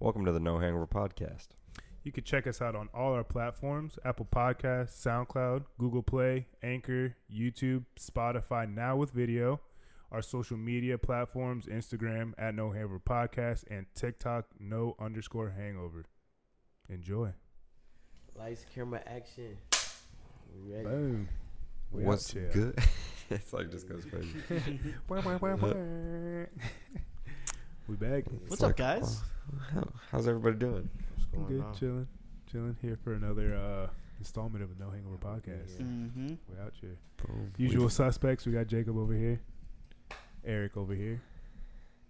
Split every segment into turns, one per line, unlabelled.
Welcome to the No Hangover Podcast.
You can check us out on all our platforms Apple Podcasts, SoundCloud, Google Play, Anchor, YouTube, Spotify, now with video. Our social media platforms Instagram at No Hangover Podcast and TikTok No underscore hangover. Enjoy.
Lights, camera, action. We ready?
Boom. We out
What's
here.
good? it's like just goes crazy.
Wah, wah, wah, wah. we back.
It's
What's up,
like,
guys?
oh, how- how's everybody doing?
What's going
Good,
on?
chilling. Chilling here for another uh, installment of the No Hangover Podcast.
Yeah.
Mm-hmm.
We out here.
Boom.
Usual suspects. We got Jacob over here, Eric over here,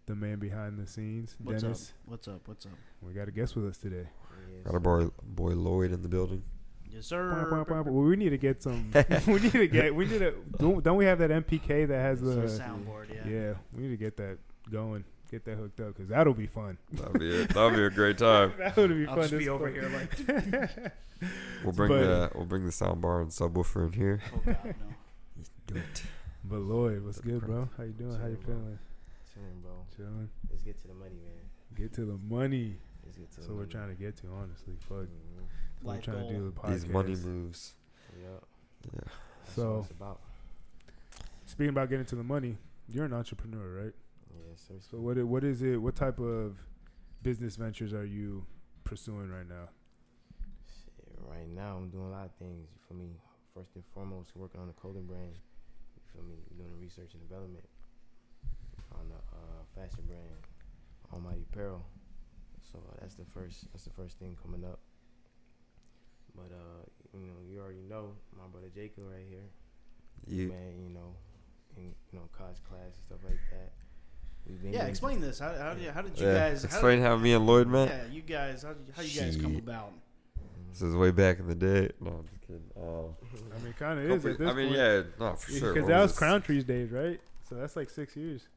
the man behind the scenes,
What's
Dennis.
up? What's up? What's up?
We got a guest with us today.
Yes.
We got our boy, boy Lloyd in the building.
Yes,
Wah, wah,
sir.
wah, wah. We need to get some. we need to get. We need to. Don't, don't we have that MPK that has
It's
the?
our soundboard, yeah.
Yeah, we need to get that going. Get that hooked up because that'll be fun.
That'll be it. That'll be a great time.
that would be
I'll
fun.
just
as
be over
fuck.
here like,
We'll bring
But-
the we'll bring the soundbar and subwoofer in here.
oh god, no.
Do it.
But Lloyd, what's good, bro? How you doing? How you
Chilling, bro.
feeling?
Chilling, bro.
Chilling.
Let's get to the money, man.
Get to the money.
Let's get to
That's
the
what we're
money.
trying to get to, honestly. Fuck.
Mhm.
That's what We're
Life
trying to do
goal.
the podcast.
These money moves.
Yup.
Yeah.
That's
So-
what it's about.
Speaking about getting to the money, you're an entrepreneur, right?
Yeah, so it's
So what i- what is it? What type of business ventures are you pursuing right now?
Shit, right now I'm doing a lot of things. You feel me? First and foremost, working on a clothing brand. You feel me? We're doing research and development on a uh, fashion brand, Almighty Apparel. So uh, that's the first. That's the first thing coming up. But uh, you know, you already know my brother Jacob right here.
You
Man, you know, in you know college class and stuff like that. We've been
Yeah,
doing-
explain this. How, how, did, how did you
yeah.
guys?
explain how me and Lloyd
How
met.
did, yeah, you guys. How, did- how you guys come
Shit.
about?
Mhm.
This is way back in the day. No, I'm
mm-hmm.
just kidding. Um,
I mean, kind of is
couple-
at this
I mean,
point.
yeah, no, for sure.
Because
What
that
was
was
this?
Crowntree's days, right? So that's like six years,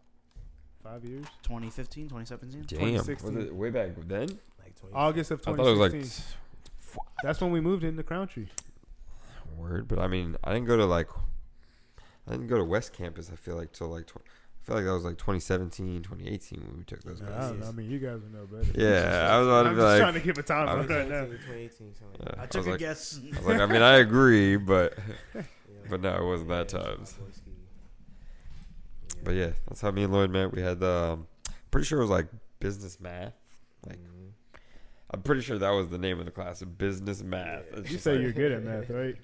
five years.
2015, 2017.
Damn, was
2016.
it way back then?
like 20
August of
I thought it was
2016.
like
that's when we moved into Crowntree.
word, but I mean, I didn't go to like, I didn't go to West Campus. I feel like till like, tw- I feel like that was like 2017, 2018 when we took those
Nah, I
classes.
don't know. I mean, you guys would know better.
Yeah, I was about to
I'm
be
just
like,
trying to give a
I
timeline
was-
right now.
2017, 2018, something
yeah,
like
I
I
took
was
a
like,
guess.
I was like, I mean, I agree, but
that. Yeah.
but no, it wasn't that
Yeah, it's
times.
my boy Ski.
But yeah, that's how me and Lloyd met. We had the, um, pretty sure it was like business math. Like,
Mhm.
I'm pretty sure that was the name of the class, business math.
Yeah.
It's
You
just
say
like-
you're good at math, right?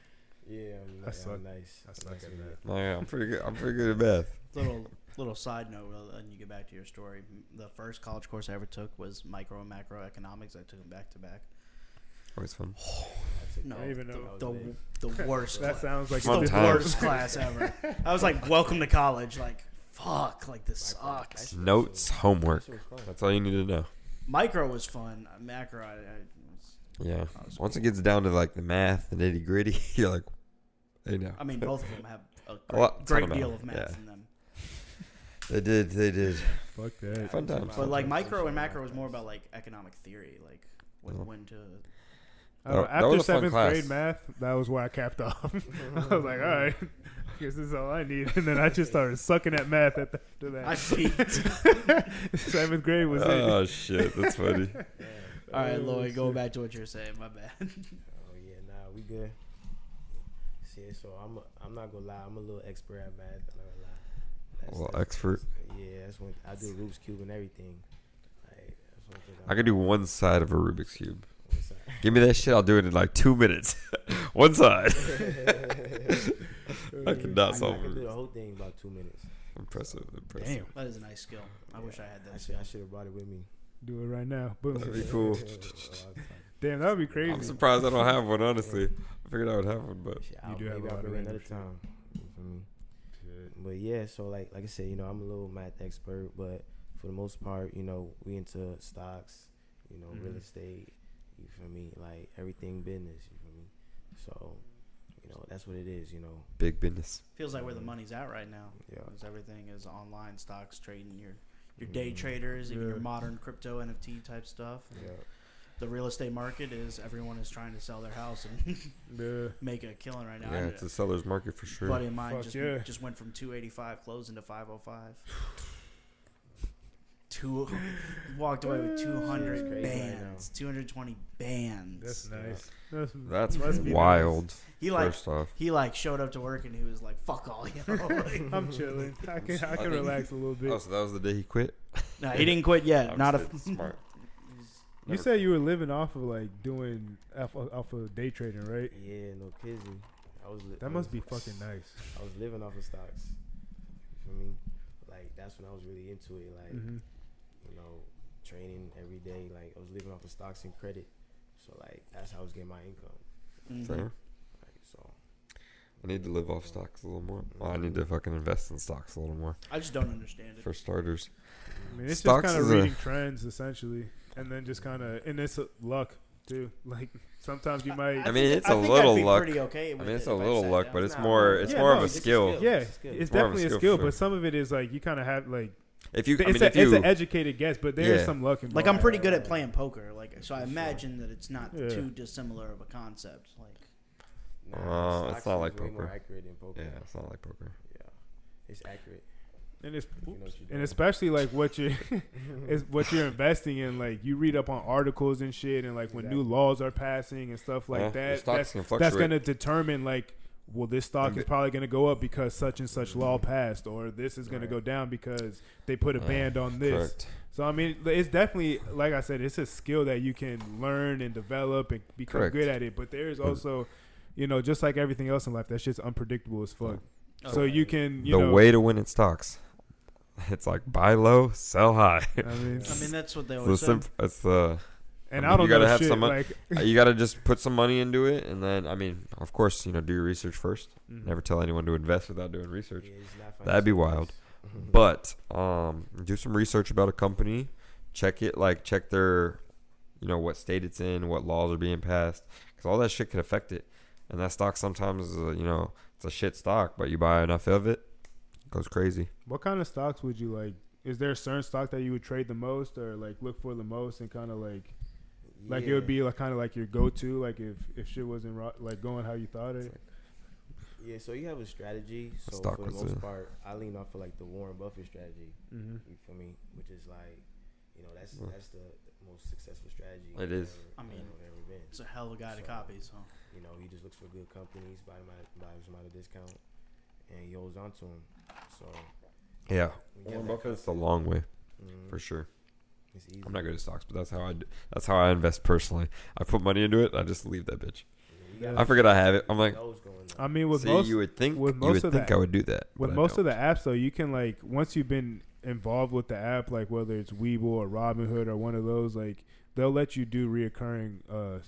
yeah, I'm,
I
like,
suck-
I'm nice.
I suck
nice
at
with
math.
it.
No, yeah, I'm pretty good. I'm pretty good at math.
little little side note, uh, and you get back to your story. The first college course I ever took was micro and macroeconomics. I took them back to back.
Always fun.
I took
No,
that.
I even
the,
know.
That
the,
was
the worst.
That
class.
sounds like
It's the
Sometimes.
worst class ever. I was like, welcome to college. Like, fuck, like this
Micro.
sucks.
Notes, homework.
That shit was fun.
That's all you need to know.
Micro was fun. Uh, Macro, I, I was,
Yeah.
I was-
Once it gets down to like the math, the nitty gritty, you're like, you know.
I mean, both of them have a great,
lot- ton
great
of
deal
math,
of math
yeah.
in them.
They did. They did.
Fuck that.
Fun
I took
times.
my-
But like
I'm
micro
sure
and
about
macro was more
that.
about like economic theory, like when,
Yeah.
when to.
I don't know,
That- that was
Uh, after
a fun
seventh
class.
grade math, that was where I capped off. I was like, all right, guess this is all I need. And then I just started sucking at math at the, after
I
that.
peaked.
seventh grade was it.
Oh shit, that's funny.
Yeah.
All right,
Oh,
Lloyd, go
shit.
back to what you were saying. My bad.
Oh yeah, nah, we good. See, so I'm a, I'm not gonna lie, I'm a little expert at math. I'm not gonna lie. That's-
Well,
that's-
expert.
Yeah, that's when I do Rubik's cube and everything. Like, that's one thing
I could do one side of a Rubik's cube.
one side.
Give me that shit. I'll do it in like two minutes. one side. I could
I,
not
could- I
solve
could do
it.
the whole thing in about two minutes.
Impressive. Impressive.
Damn.
That is a nice skill. I wish I had
I
that.
should
skill.
I should have brought it with me. Oh,
Do it right now. Boom.
That'd be cool.
Damn, that would be crazy.
I'm surprised I don't have one. Honestly, I figured I would have one, but
Shit, I'll-
do have a
maybe I'll
lot of
bring it
random
another
shit.
time. You feel me? But yeah, so like like I said, you know, I'm a little math expert, but for the most part, you know, we into stocks, you know, real
Mhm.
estate, you feel me? Like everything business, you feel me? So, you know, that's what it is, you know.
big business.
Feels like where the money's at right now.
Yeah.
Because everything is online, stocks trading, your your day
Mhm.
traders, even your
Mm. Yeah.
modern crypto NFT type stuff.
Yeah.
The real estate market is everyone is trying to sell their house and
Yeah.
make a killing right now.
Yeah,
I-
it's a seller's market for sure.
buddy of mine
Fuck
just
yeah.
just went from 285 closing to 505. two walked away with two
It's
hundred
crazy right now.
bands, two hundred twenty bands.
That's nice. That's,
That's
must be
wild.
he like
first off,
he like showed up to work and he was like, "Fuck all y'all."
nice.
Like,
I'm chilling. I can I
I
can
think-
relax a little
oh,
bit.
so that was the day he quit.
no, he didn't quit yet. Not a
Obviously, it's smart.
You
never-
said you were living off of like doing off, off of day trading, right?
Yeah, no kizzy. I was. Li- I
That must be
was-
fucking nice.
I was living off of stocks. You feel me? Like that's when I was really into it. Like
Mm-hmm.
hmm
you know, training every day. Like I was living off of stocks and credit. So like that's how I was getting my income.
Mhm.
Fair.
Like so.
I need to live off stocks a little more. Well, I need to fucking invest in stocks a little more
I just don't understand it.
for starters.
I mean, it's
Stocks
just kind
is
of
a-
reading trends essentially, and then just kind of and it's uh, luck too. Like sometimes you might.
I mean,
think-
it's a
think
little
I'd be
luck.
pretty okay
I
with
mean, it's
it
a
if I
little
sat
luck,
down.
but it's
Nah,
more.
but-
It's
Yeah,
more
no,
of a
it's
a
skill.
skill.
yeah,
it's
it's,
a skill.
More of a
definitely a
skill for
skill, but
sure.
some of it is like you kind of have like
If you, I
it's,
mean,
a,
if
it's
you,
an educated guess, but there's
Yeah.
some luck involved.
Like I'm pretty good at playing poker, like so I imagine that it's not
Yeah.
too dissimilar of a concept. Like
Uh, it's
stocks
not
is
like
way More
poker.
accurate than poker.
yeah, it's not like poker.
Yeah. It's accurate.
and it's
You know what you're
and
doing.
especially like what you're is what you're investing in like you read up on articles and shit and like when new
Exactly.
laws are passing and stuff like
Yeah, your
that
stocks
that's,
can
that's
fluctuate.
gonna determine like well this stock
And
is
the-
probably gonna go up because such and such law passed or this is gonna
Right.
go down because they put a
Yeah,
ban on this
Correct.
so i mean it's definitely like i said it's a skill that you can learn and develop and become
Correct.
good at it but there is also you know just like everything else in life that's just unpredictable as fuck so
Oh,
you can you
the
know
way to win in stocks, it's like buy low, sell high.
i mean
I mean that's what they
It's the
always say.
simp- it's the
and
I
i,
mean,
don't
you gotta
know
have
shit
some mon-
like
you got to just put some money into it, and then I mean, of course, you know, do your research first.
Mhm.
Never tell anyone to invest without doing research.
Yeah, it's not
That'd be
financial
wild.
advice.
But um, do some research about a company. Check it, like check their, you know, what state it's in, what laws are being passed, because all that shit can affect it. And that stock sometimes, is a, you know, it's a shit stock, but you buy enough of it, it goes crazy.
What kind of stocks would you like? Is there a certain stock that you would trade the most or like look for the most and kind of like like it would
Yeah.
be like kind of like your go to like if if shit wasn't ro- like going how you thought it.
Yeah, so you have a strategy. So
stock
for the
was
most
a-
part, I lean off of like the Warren Buffett strategy.
Mm-hmm.
You feel me? Which is like, you know, that's
Mm.
that's the most successful strategy.
It is.
I mean-
I've ever been.
It's a hell of a guy to
So-
copy. So
You know, he just looks for good companies, buys them at, buys them at a discount, and he holds on to them. So
Yeah,
when you
Warren
have that
Buffett's the
confidence-
long way
Mhm,
for sure.
It's easy.
I'm not good at stocks, but that's how I d- that's how I invest personally. I put money into it, I just leave that bitch.
You gotta
I forget I have it. I'm
keep
like,
those going up.
I mean with
see,
most
you would think
with
you
most
would
of
think
the-
I would do that. but
with
I
most of
don't.
the apps though you can like once you've been involved with the app like whether it's Weeble or Robinhood or one of those like they'll let you do reoccurring uh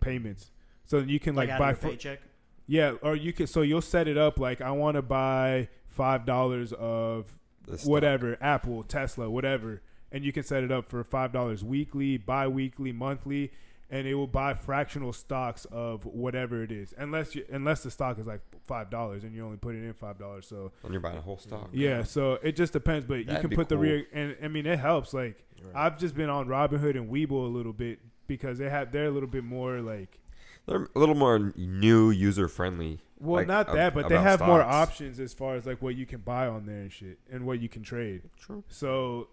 payments. So you can
like,
like,
out
buy
of your
fr-
paycheck.
yeah or you can so you'll set it up like I want to buy five dollars of
This stock.
whatever, Apple, Tesla, whatever, and you can set it up for five dollars weekly, bi-weekly, monthly, and it will buy fractional stocks of whatever it is, unless you unless the stock is like five dollars and you only put it in five dollars. So
and you're buying a whole stock.
yeah, so it just depends, but you
That'd
can
be
put the
cool.
rear and I mean it helps. Like
You're right.
I've just been on Robinhood and Weeble a little bit because they have they're a little bit more like
They're a little more new user friendly.
well
Like,
not
ab-
that, but they
about
have more
stocks.
options as far as like what you can buy on there and shit and what you can trade.
True.
So,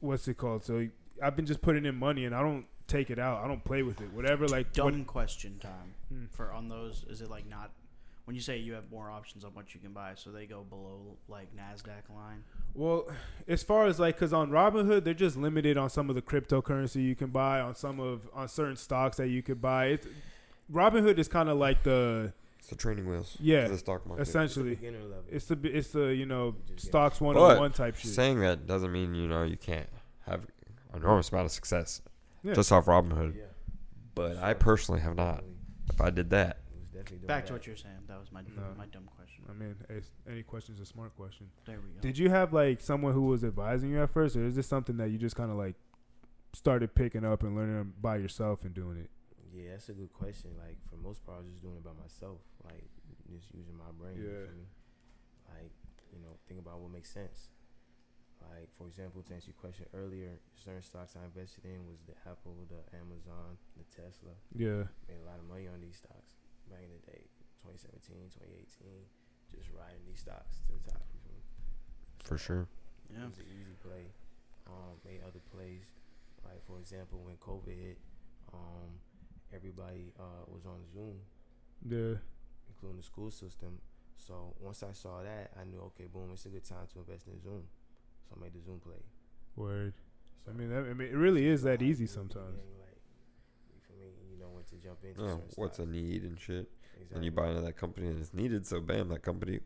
what's it called? So I've been just putting in money and I don't take it out. I don't play with it. Whatever, like
Dumb
what-
question time
Hmm.
for on those. Is it like not when you say you have more options on what you can buy? So they go below like Nasdaq line.
well, as far as like, cause on Robinhood they're just limited on some of the cryptocurrency you can buy, on some of on certain stocks that you could buy. It's, Robinhood is kind of like the
It's the training wheels.
Yeah,
To the stock market.
essentially
beginner level.
it's the it's the you know
You just get-
stocks one on one type shit.
Saying that doesn't mean you know you can't have enormous amount of success
Yeah.
just off Robinhood.
yeah,
But I personally have not.
definitely.
If I did that,
It was definitely doing
Back to
that.
what you're saying. That was my
No.
my dumb question.
I mean, it's, any question's a smart question.
There we go.
Did you have like someone who was advising you at first, or is this something that you just kind of like started picking up and learning by yourself and doing it?
Yeah, that's a good question. Like for the most part, I was just doing it by myself. Like just using my brain. you
Yeah.
feel me? Like you know, think about what makes sense. Like for example, to answer your question earlier, certain stocks I invested in was the Apple, the Amazon, the Tesla.
Yeah.
Made a lot of money on these stocks back in the day, 2017, 2018. Just riding these stocks to the top. You feel me?
for sure.
yeah.
It was an easy play. um, made other plays. Like for example, when COVID hit, um, everybody uh, was on Zoom,
Yeah.
including the school system. So once I saw that, I knew okay, boom, it's a good time to invest in Zoom. So I made the Zoom play.
Word.
So
I mean, that, I mean, it really is that
I
easy
knew,
sometimes.
yeah, Like, you feel me? You know when to jump into.
Oh,
certain
what's a
stocks.
need and shit.
Exactly.
And you buy into that company and it's needed, so bam, that company,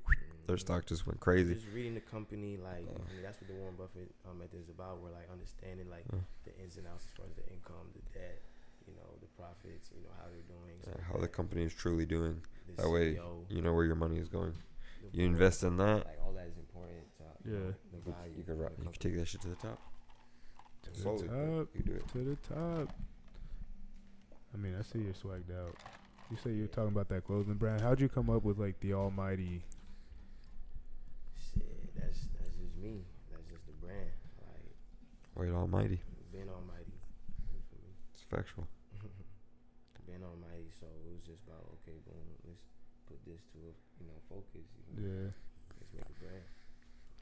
their
Mhm.
stock just went crazy.
Just reading the company, like
Yeah.
I mean, that's what the Warren Buffett um, method is about. We're like understanding like
Yeah.
the ins and outs as far as the income, the debt, you know, the profits, you know how they're doing.
Yeah,
stuff
How
like
the
that.
company is truly doing.
The
that way
CEO,
You know where your money is going.
the
You
board,
invest in that,
Like all that is important. To, you know,
Yeah.
the
you-
value
you can
of
ri-
the
you can
company.
take that shit to the top.
To
Slowly,
the
but
top.
You do it.
To the top. I mean, I see you're swagged out. You say you're talking about that clothing brand. How'd you come up with like the almighty?
Shit, that's that's just me. That's just the brand. Like
Wait, almighty.
Ben Almighty. You feel me?
It's factual.
Ben Almighty. So it was just about okay, boom, let's put this to a you know focus. You know,
Yeah.
Let's make a brand.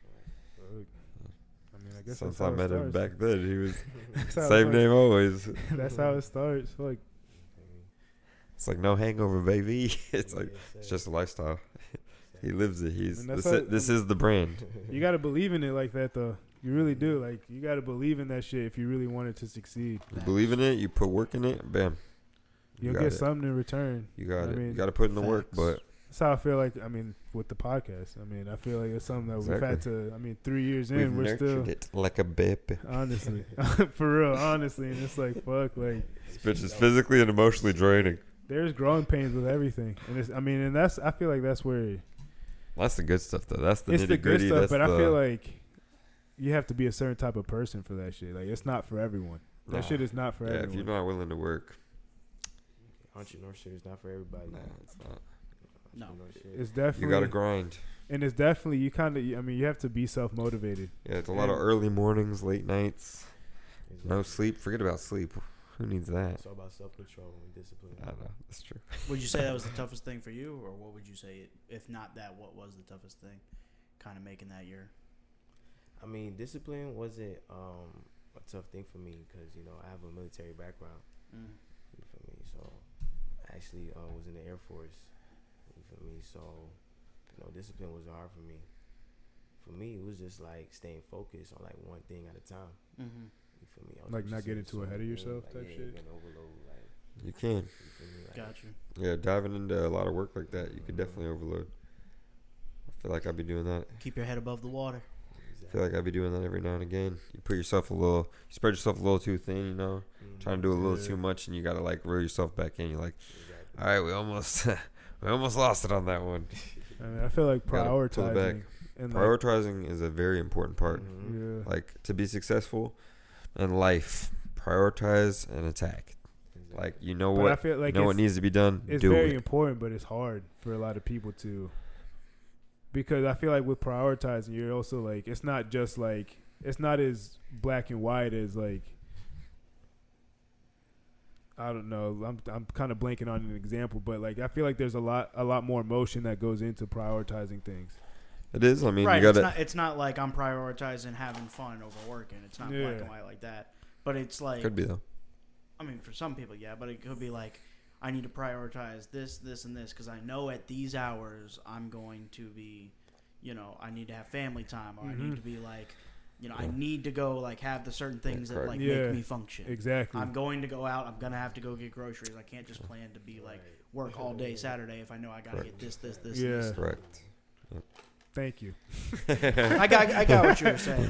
Like,
Fuck. I mean, I guess
Since
that's how
I
it
met him
starts.
back then, he was
That's how it
same
starts.
name always.
That's how it starts. Like,
It's like no hangover, baby. It's like it's just a lifestyle. He lives it. He's
And that's
this.
how-
Is, this is the brand.
you gotta believe in it like that, though. You really do. Like, you gotta believe in that shit if you really want it to succeed.
You believe in it. You put work in it. Bam. You
You'll
got
get
it.
something in return.
You got
I
it. you
mean,
got to put in the work,
facts.
but
That's how I feel like. I mean, with the podcast, I mean, I feel like it's something that we've had
Exactly.
to. I mean, three years
we've
in, we're
nurtured
still
it like a baby.
honestly, for real, honestly, and it's like fuck, like
This bitch is physically and emotionally draining.
there's growing pains with everything, and it's. I mean, and that's. I feel like that's where
That's the good stuff, though. That's the
it's the
nitty
good
gritty.
stuff,
That's
but
the,
I feel like you have to be a certain type of person for that shit. Like, it's not for everyone. That
Nah.
shit is not for
yeah. If you're
everyone.
not willing to work,
entrepreneurship is not for everybody.
nah, it's not.
No.
Entrepreneurship-
It's
You got to
definitely,
grind.
and it's definitely you kind of. I mean, you have to be self motivated.
Yeah, it's a lot of
And-
early mornings, late nights,
it's
no
like-
sleep. Forget about sleep. Who needs that?
It's all about self control and discipline.
I don't know. That's true.
Would you say that was the toughest thing for you, or what would you say, if not that, what was the toughest thing, kind of making that year?
I mean, discipline wasn't um, a tough thing for me because you know I have a military background.
Mm.
You feel me? So I actually uh, was in the Air Force. You feel me? So you know, discipline was hard for me. For me, it was just like staying focused on like one thing at a time.
Mm-hmm.
You feel me? I was
Like, not
just doing
getting too
so
ahead of
many things,
yourself
like,
type
yeah,
shit?
getting overload, like,
You can.
you feel me? Like,
Gotcha.
Yeah, diving into a lot of work like that, you could definitely overload. I feel like I'd be doing that.
Keep your head above the water.
I feel
exactly.
like I'd be doing that every now and again. You put yourself a little, you spread yourself a little too thin, you know,
Mhm.
trying to do a little
Yeah.
too much, and you gotta like reel yourself back in. You're like,
Exactly.
all right, we almost, we almost lost it on that one.
I mean, I feel like
Gotta pull it back.
prioritizing and like,
Prioritizing is a very important part.
Mhm.
yeah.
mm-hmm. Like to be successful in life, prioritize and attack.
Exactly.
Like you know
But I
what,
feel like
you know what
it's,
needs to be done.
it's
do
very
it.
important, but it's hard for a lot of people to because I feel like with prioritizing, you're also like it's not just like it's not as black and white as like I don't know. I'm I'm kind of blanking on an example, but like I feel like there's a lot a lot more emotion that goes into prioritizing things.
It is. I mean,
right.
you gotta.
it's, not, it's not like I'm prioritizing having fun over working. It's not
Yeah.
black and white like that. But it's like,
could be though.
I mean, for some people, yeah, but it could be like, I need to prioritize this, this, and this because I know at these hours I'm going to be, you know, I need to have family time or I
Mhm.
need to be like, you know, I
Yeah.
need to go like have the certain things that
correct.
like
Yeah.
make me function.
Exactly.
I'm going to go out. I'm gonna have to go get groceries. I can't just plan to be like
Right.
work all day Saturday if I know I gotta
Right.
get this, this, this.
Yeah.
And this.
Correct.
Thank you.
I got, I got what you were saying.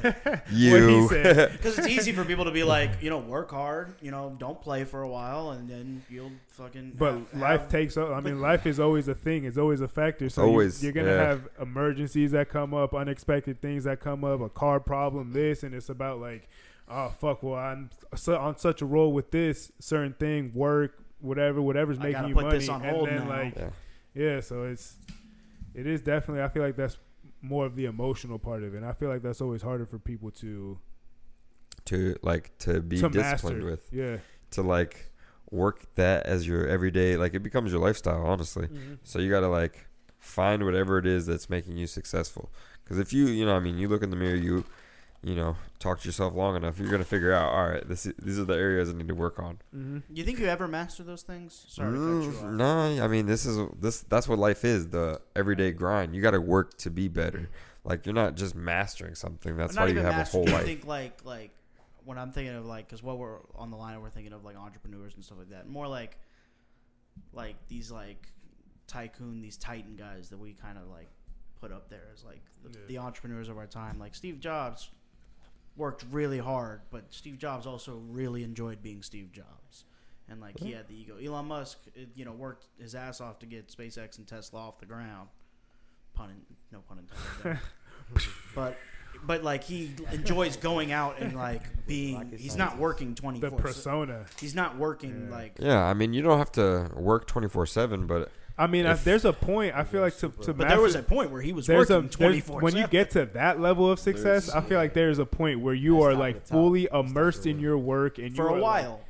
You.
said.
Because it's easy for people to be like, you know, work hard, you know, don't play for a while, and then you'll fucking.
But
have-
life
have-
takes. o- I mean, life is always a thing. It's always a factor. So
Always,
you, are gonna
yeah.
have emergencies that come up, unexpected things that come up, a car problem, this, and it's about like, oh fuck, well I'm so, on such a roll with this certain thing, work, whatever, whatever's
I
making
gotta
you
put
money,
this on
and
hold
then
now.
like,
Yeah.
yeah. So it's, it is definitely. I feel like that's more of the emotional part of it. And I feel like that's always harder for people to
to like to be
to
disciplined
master.
with
Yeah.
to like work that as your everyday like it becomes your lifestyle honestly
Mm-hmm.
so you gotta like find whatever it is that's making you successful because if you you know i mean you look in the mirror you you know, talk to yourself long enough, you're gonna figure out. All right, this is, these are the areas I need to work on.
Mm-hmm.
You think you ever master those things? Sorry, to cut you
Mm,
off.
nah, I mean this is this that's what life is the everyday grind. You got to work to be better. Like you're not just mastering something. That's
But
why you
even
have a
master-
whole
do you
life.
think like like when I'm thinking of like because what we're on the line, we're thinking of like entrepreneurs and stuff like that. More like like these like tycoon, these titan guys that we kind of like put up there as like the,
Yeah.
the entrepreneurs of our time. Like Steve Jobs worked really hard, but Steve Jobs also really enjoyed being Steve Jobs. And like he had the ego. Elon Musk, it, you know, worked his ass off to get SpaceX and Tesla off the ground. Pun in, no pun intended. there but but like he enjoys going out and like being
Rocket
he's not
scientist.
working 24
The persona.
he's not working
Yeah.
like
Yeah, I mean you don't have to work 24 seven, but
I mean, I,
If-
there's a point. I feel like to, to
But
but there was a
master-
point where he was
there's a
working
there's-
24
when you get to that level of success, I feel like there's a point where you
That's
are
not the
like
top.
fully
That's not
immersed
the
in
one.
your work and
for
you are,
a
like-
while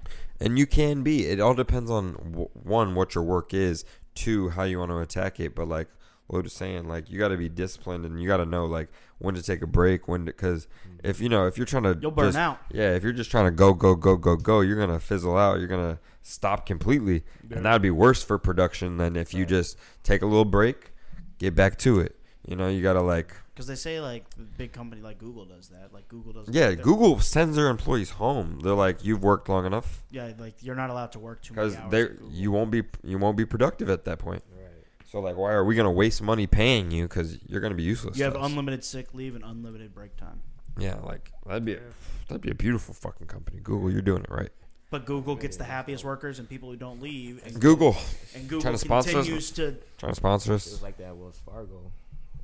and you can be. It all depends on w- one what your work is, two how you want to attack it. But like Lloyd was saying, like you got to be disciplined and you got to know like when to take a break, when because if you know if you're trying to
Mm-hmm. you'll burn
just-
out
Yeah, if you're just trying to go, go, go, go, go, you're gonna fizzle out. You're gonna stop completely,
Yeah.
and that'd be worse for production than if you just take a little break, get back to it. You know, you gotta like,
because they say like the big company like Google does that like Google does
yeah.
like, they're-
Google sends their employees home. They're like, you've worked long enough,
yeah like you're not allowed to work too many
because
hours
they
at Google.
you won't be you won't be productive at that point.
Right.
So like, why are we gonna waste money paying you? Because you're gonna be useless.
you have
to us.
unlimited sick leave and unlimited break time
yeah, like that'd be a,
Yeah.
that'd be a beautiful fucking company. Google, you're doing it right.
but Google gets the happiest workers and people who don't leave and
Google
and Google
trying to sponsor us.
continues to
trying to sponsor
It
us.
was like that at Wells Fargo.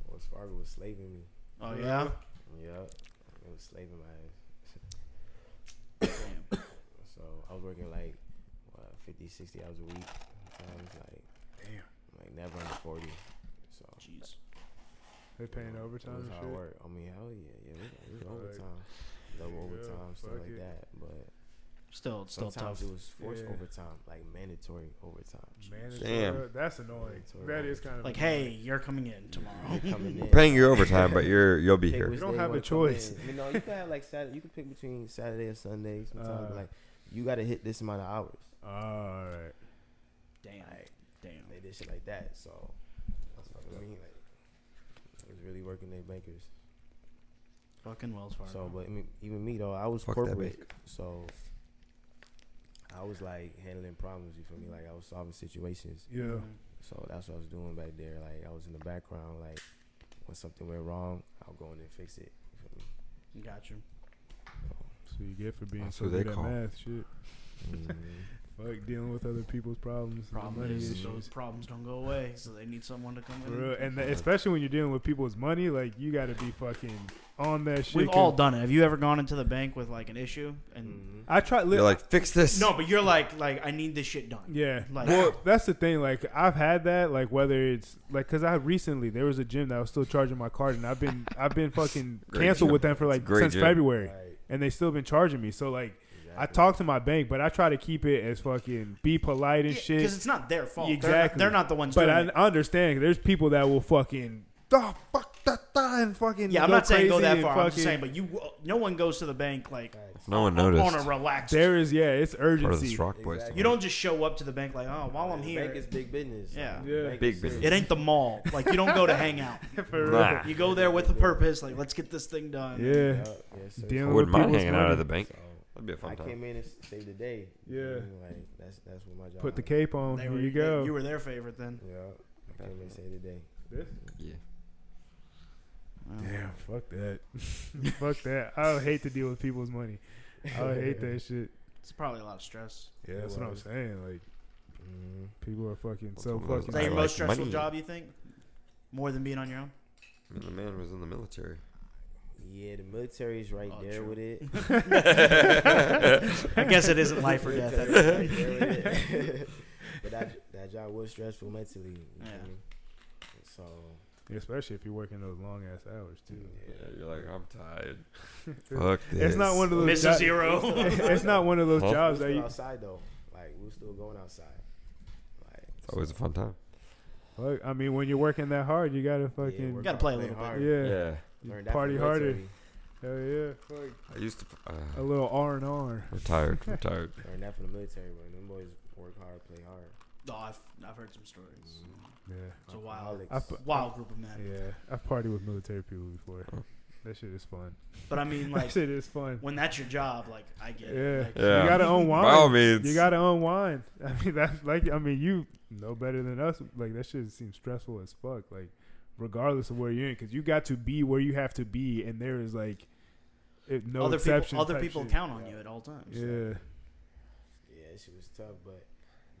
Wells Fargo was slaving me.
oh yeah
Yep. It was slaving my ass.
Damn.
So I was working like what, 50, 60 hours a week. Sometimes like
Damn.
like never under forty. So
Jeez.
They're paying overtime.
It was
and
hard
shit.
work. I mean, hell yeah, yeah, we, we
Like,
overtime, double
yeah,
overtime, stuff
fuck
like
it.
that. But
still it's still
sometimes
tough
it was forced
Yeah.
overtime, like mandatory overtime.
Man, it's-
Damn.
that's annoying. That is kind of
like
annoying.
hey you're coming in tomorrow
You're coming
We're
in.
paying you overtime, but you're you'll be
Pick
here.
which
You don't
day
have
wanna
a
come
choice.
in. You know, you can have like Saturday. You can pick between Saturday and Sunday. Sometimes
Uh.
like you got to hit this amount of hours.
All right.
damn damn
They did shit like that. So that's fucking me. Like, I was really working their bankers.
Fucking Wells Fargo.
So, but I mean, even me though, I was
Fuck that
corporate. So I was like handling problems. You feel me? Like I was solving situations.
Yeah.
So that's what I was doing back there. Like I was in the background. Like when something went wrong, I'll go in and fix it. You feel me?
Got you.
So you get for being
That's
so
what they
good at
call.
math. Shit.
Mhm.
Fuck dealing with other people's problems. and
Problem
money
is,
issues.
those problems don't go away, so they need someone to come
For
in.
real. And the- especially when you're dealing with people's money, like you got to be fucking on that shit.
We've
'cause
all done it. Have you ever gone into the bank with like an issue and
Mhm.
I try. Li-
You're like, fix this.
no, but you're like, like I need this shit done.
yeah.
Like,
Well, that's the thing. Like I've had that. Like whether it's like because I recently there was a gym that was still charging my card, and I've been I've been fucking
Great
canceled
gym.
with them for like
great
since
gym.
February,
Right,
and they still been charging me. So like I
exactly.
talk to my bank, but I try to keep it as fucking be polite and shit.
because it's not their fault. They're not-
Exactly.
They're not, the ones.
But
doing
I
it.
understand there's people that will fucking oh, fuck that and fucking
yeah, I'm
go
not saying go
crazy
that
and
far. I'm just
fucking-
saying, but you, no one goes to the bank like
Facts.
No one
on-
noticed.
on a relaxed.
there is yeah, it's
Part of the
urgency.
Rock Boys.
Exactly.
you don't just show up to the bank like, oh, while I'm
The
here,
bank is big business.
Yeah.
Like,
Yeah.
bank
Big
is
business.
it ain't the mall. Like you don't go to hang out.
For real.
Nah.
You go there with a purpose. Like let's get this thing done.
Yeah.
Yup, yes, sir.
I
Dealing
wouldn't mind
people's
hanging out
money.
at the bank.
So,
That'd be a
I
fun time.
came in and s- saved the day.
Yeah.
Like that's that's what my job.
Put the
is.
cape on.
They
Here
were,
you go.
they- you were their favorite then.
Yeah. I came in and saved the day.
Yeah.
Damn, fuck that. fuck that. I would hate to deal with people's money. I would hate that shit.
It's probably a lot of stress.
Yeah, that's what I'm saying. Like
Mhm.
people are fucking so
Well,
fucking
Is that your
I
most
like
stressful
money.
job? You think more than being on your own?
I mean, the man was in the military.
Yeah, the military is right
Oh,
there
true.
with it.
I guess it isn't life or death. at that
Military
point.
right there with it. but that that job was stressful mentally. You
Yeah.
feel me? So
especially if you're working those long ass hours too.
Yeah, you're like, I'm tired. Fuck this.
It's not one of those
Miss
jo-
a zero. Oh,
it's not one of those
Huh?
jobs
we
that
still
you
outside though. Like we were still going outside. Like
Oh, It's always a fun time.
Fuck, I mean, when you're working that hard, you gotta fucking
Gotta play a little bit.
yeah,
Yeah.
party harder. Hell yeah. Fuck.
I used to.
A
Uh,
little R and R.
we're tired. We're tired.
Learn that from the military, bro. Them boys work hard, play hard.
Oh, I've, I've heard some stories.
Yeah.
It's a wild,
Alcoholics.
I fu-
wild group of men.
Yeah. I've partied with military people before.
Oh.
That shit is fun.
But I mean, like,
that shit is fun.
when that's your job, like, I get
Yeah.
it. Like,
Yeah.
You gotta unwind.
By all means.
You gotta unwind. I mean, that's like, I mean, you know better than us. Like, that shit seems stressful as fuck. Like, regardless of where you're in, because you got to be where you have to be, and there is like, it, no
other
exception.
people, other
type
people
shit.
count on you at all times.
Yeah.
Yeah, that shit was tough, but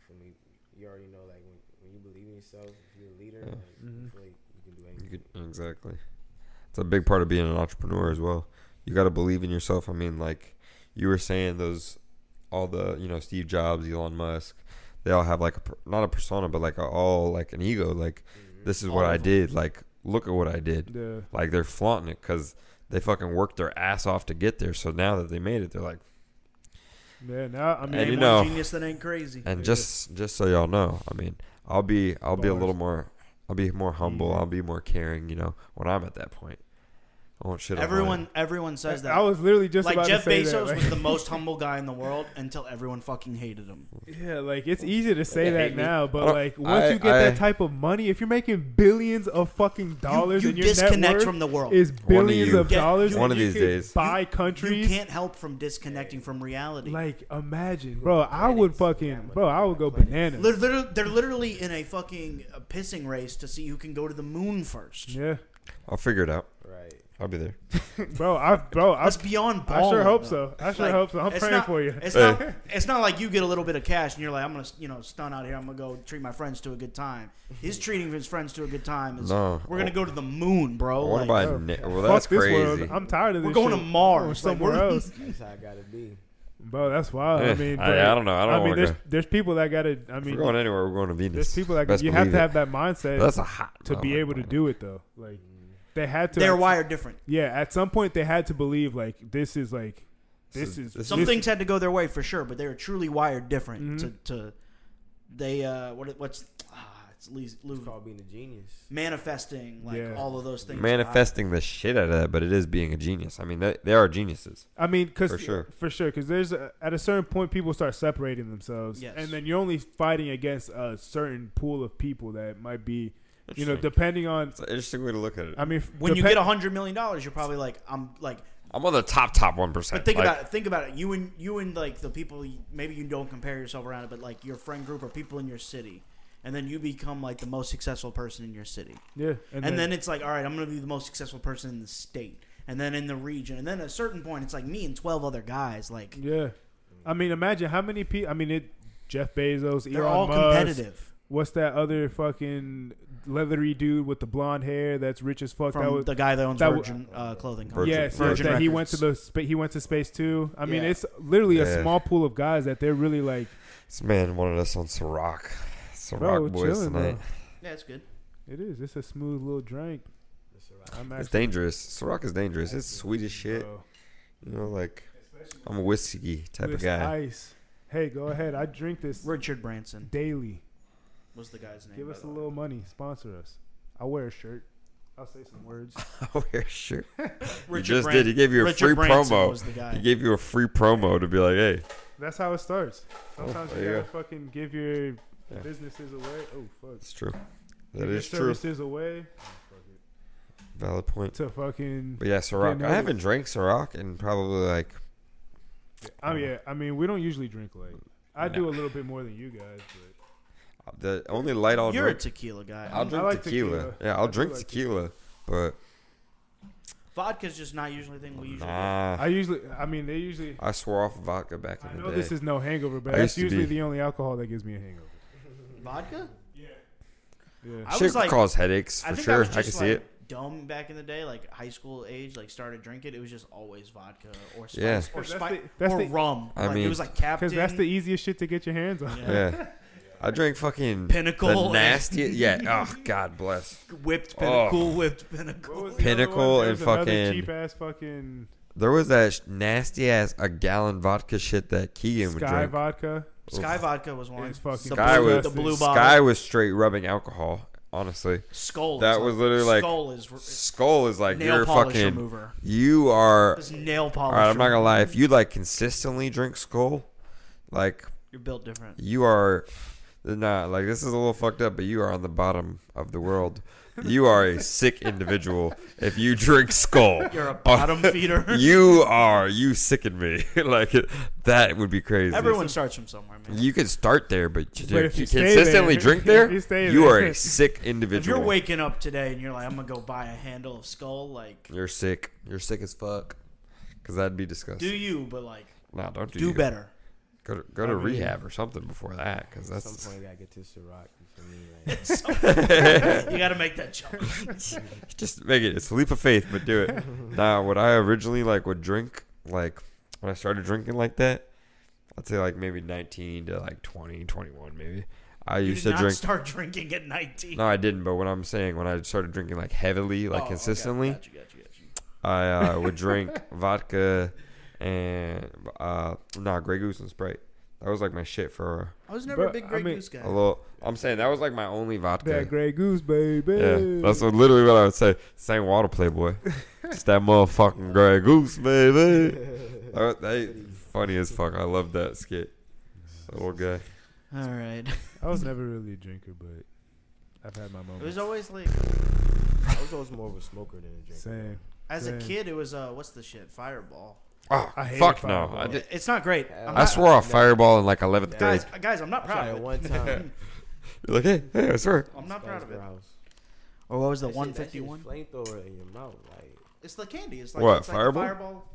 for me, you already know, like, when, when you believe in yourself, if you're a leader,
Yeah.
like,
Mhm.
you feel like you can do
You
anything.
could, exactly. It's a big part of being an entrepreneur as well. You got to believe in yourself. I mean, like you were saying, those all the you know Steve Jobs, Elon Musk, they all have like a per- not a persona, but like a, all like an ego. Like
Mhm.
this is
All
what
of
I
them.
did. Like look at what I did.
Yeah.
Like they're flaunting it because they fucking worked their ass off to get there. So now that they made it, they're like.
Yeah. Now, I
And
mean,
you
Ain't
know-
no genius that ain't crazy.
And
Yeah.
just just so y'all know, I mean, I'll be I'll be a little
Bars.
more I'll be more humble.
Mm-hmm.
Yeah.
I'll be more caring. You know, when I'm at that point, I won't shit. on mine.
Everyone, everyone says that.
I was literally just
like
about
Jeff
to say
Bezos
that.
was
Like,
the most humble guy in the world until everyone fucking hated him.
yeah, like it's easy to say
They
that
hate me.
now,
I
but
don't-
like once
I-
you get
I-
that type of money, if you're making billions of fucking dollars
you,
and
you
your net
disconnect
worth
from the world.
is
of
billions
you-
of
Yeah,
dollars,
one
and
of
you
these
can
days.
buy
you
countries.
can't help from disconnecting from reality.
Like imagine, bro. I would
Planets.
fucking, bro. I would go
Planets.
bananas.
Lit- literally- they're literally in a fucking uh, pissing race to see who can go to the moon first.
Yeah,
I'll figure it out.
Right.
I'll be there.
bro. I, bro. I,
That's beyond.
I sure
balling,
hope
though.
so. I sure
Like,
hope so. I'm
it's
praying
not-
for you.
It's not. It's not like you get a little bit of cash and you're like, I'm gonna, you know, stun out here. I'm gonna go treat my friends to a good time. His treating his friends to a good time is.
No,
We're gonna go to the moon, bro.
I want to
Like,
buy.
bro,
ne- well, that's
Fuck this world.
crazy.
I'm tired of this.
we're going
shit. I'm
to
going
Mars. Like,
somewhere
we're-
else,
That's how I gotta be.
bro. That's wild.
Eh,
I mean,
I-
bro,
I don't know. I don't
mean,
wanna
there's
go.
there's people that gotta. I
if we're
mean,
going anywhere. We're going to Venus.
there's people that
Best
you have
believe
to
it.
have that mindset
That's a hot.
to
no,
be
I'm
able to
not-
do it though. Like they had to.
Mm. They're
at-
wired different.
Yeah, at some point they had to believe like this is like this is
this
Some
is-
things had to go their way for sure, but they were truly wired different.
Mhm.
To, to they uh, what what's ah, it's Lee's- Lou-
It's called being a genius.
manifesting like
Yeah.
all of those things.
Manifesting the shit out of that, but it is being a genius. I mean, they, they are geniuses.
I mean, cause
For sure.
for sure, because there's a, at a certain point people start separating themselves,
Yes.
and then you're only fighting against a certain pool of people that might be, you know,
Interesting.
depending on.
It's an interesting way to look at it.
I mean,
When you get a hundred million dollars, you're probably like, I'm like.
I'm on the top top one percent.
But think about it. Think about it. You and you and like the people. you- Maybe you don't compare yourself around it, but like your friend group or people in your city, and then you become like the most successful person in your city.
yeah,
And, then, it's like, all right, I'm going to be the most successful person in the state, and then in the region, and then at a certain point, it's like me and twelve other guys. Like
yeah, I mean, imagine how many people. I mean, it Jeff Bezos,
they're
Elon
all
Musk,
competitive
What's that other fucking leathery dude with the blonde hair that's rich as fuck? that
from
was
the guy that owns
that was-
Virgin uh, clothing. Company.
Virgin-
yes, yes,
Virgin
that he went to
Records.
the spa- he went to space too. I mean,
Yeah.
it's literally a
Yeah.
small pool of guys that they're really like,
This man wanted us on Ciroc. Ciroc
bro,
boys
chilling.
tonight.
Bro.
Yeah, it's good.
It is. It's a smooth little drink.
That's a rock.
I'm
It's
actually
dangerous. Ciroc is dangerous. It's sweet as shit.
bro.
You know, like I'm a whiskey type of
This
guy.
Ice. Hey, go ahead. I drink this
Richard Branson
daily.
was the guy's name.
Give
by
us
the
a
way.
little money. Sponsor us. I'll wear a shirt. I'll say some words.
Oh, yeah, sure. You
Richard
just
Bran-
did. He gave you a
Richard
free
Branson
promo.
Was the guy.
He gave you a free promo to be like, hey,
That's how it starts. Sometimes
Oh, there
you
you
gotta
go.
fucking give your
Yeah.
businesses away. Oh fuck.
it's true.
Give
That
your
is true.
Services away
Valid point.
to fucking.
But yeah, Ciroc.
no,
I haven't drank Ciroc in probably like
I
uh,
mean, yeah. I mean, we don't usually drink like. I do a little bit more than you guys, but
the only light I'll
You're a
drink.
tequila guy.
I'll drink
I like
tequila.
tequila.
Yeah,
I
I'll
do
drink
like
tequila, but
Vodka's just not usually the thing we usually.
nah.
I usually. I mean, they usually.
I swore off vodka back
I
in
know
the day.
this is no hangover, but
I
that's
used to
usually
be-
the only alcohol that gives me a hangover.
do. Vodka?
Yeah.
I
Shit
was like-
cause headaches for
I think I
sure.
was
I,
just
can
like
see it.
dumb back in the day, like high school age, like started drinking. It was just always vodka or spice
Yeah.
or,
'Cause that's
spi-
the- that's
or
the-
rum.
I
like, it
mean-
was like Captain.
Because that's the easiest shit to get your hands on.
yeah,
Yeah. I drank fucking
Pinnacle
The
and-
nasty. Yeah. Oh God bless.
whipped
Oh.
pinnacle, whipped
What was
pinnacle.
the other
Pinnacle
one? There
and
was another
fucking-
cheap ass fucking
There was that sh- nasty ass a gallon vodka shit that Keegan would
Sky
drink.
vodka.
Sky vodka was one.
It's fucking
the
Sky
blue,
was
the blue bottle.
Sky was straight rubbing alcohol honestly.
Skull.
That
is
was literally like-
skull is
Skull is like
Nail
you're
polish
fucking.
remover.
You are.
this nail
All
polish.
right, I'm not gonna lie. If you like consistently drink Skull, like
You're built different.
you are not like this is a little fucked up, but you are on the bottom of the world. You are a sick individual if you drink Skull.
You're a bottom feeder.
You are. You sicken me. like that would be crazy.
Everyone starts from somewhere, man.
You could start there, but to,
But if
to
you stay
consistently
there-
drink
if
there,
you stay
you are
there.
a sick
if you're
individual.
waking up today and you're like, I'm gonna go buy a handle of skull, like,
You're sick. You're sick as fuck. Cause that'd be disgusting.
do you? But like,
no, don't do,
do,
you.
better.
Go to, go to
I mean-
rehab or something before that, cause
At some
that's
point, you gotta get to Ciroc. You feel me? Like,
You gotta make that jump.
just make it. It's a leap of faith, but do it. now, what I originally like would drink, like when I started drinking like that, I'd say like maybe 19 to like 20, 21 maybe. I
You
used
did
to
not
drink.
start drinking at 19.
no, I didn't. But what I'm saying, when I started drinking like heavily, like
Oh, okay.
consistently,
Gotcha, gotcha, gotcha.
I uh, would drink vodka and uh, nah, Grey Goose and Sprite. That was like my shit for
I was never
But,
a big
I
Grey
mean-
Goose guy.
a little. I'm saying that was like my only vodka.
That Grey Goose, baby.
Yeah, that's what, literally what I would say. Same water, Playboy. it's that motherfucking Grey Goose, baby. That, that- funny as fuck. I love that skit. That little guy.
All right.
I was never really a drinker, but I've had my
It was
moments.
always like,
I was always more of a smoker than a drinker.
Same.
as a
Same.
kid, it was uh, what's the shit? Fireball.
Oh,
I hated
fuck no.
Fireball.
I, did,
It's not great.
Yeah.
I'm
I
not-
swore off Fireball in like 11th grade.
guys, guys, I'm not
I
proud
tried
of
it
it.
one time.
You're like, hey, hey, I swear.
I'm not proud of it.
House.
Or what was the
That shit- that shit's
151?
Flamethrower in your mouth, like
It's the candy. It's like
What,
it's like the
Fireball?
fireball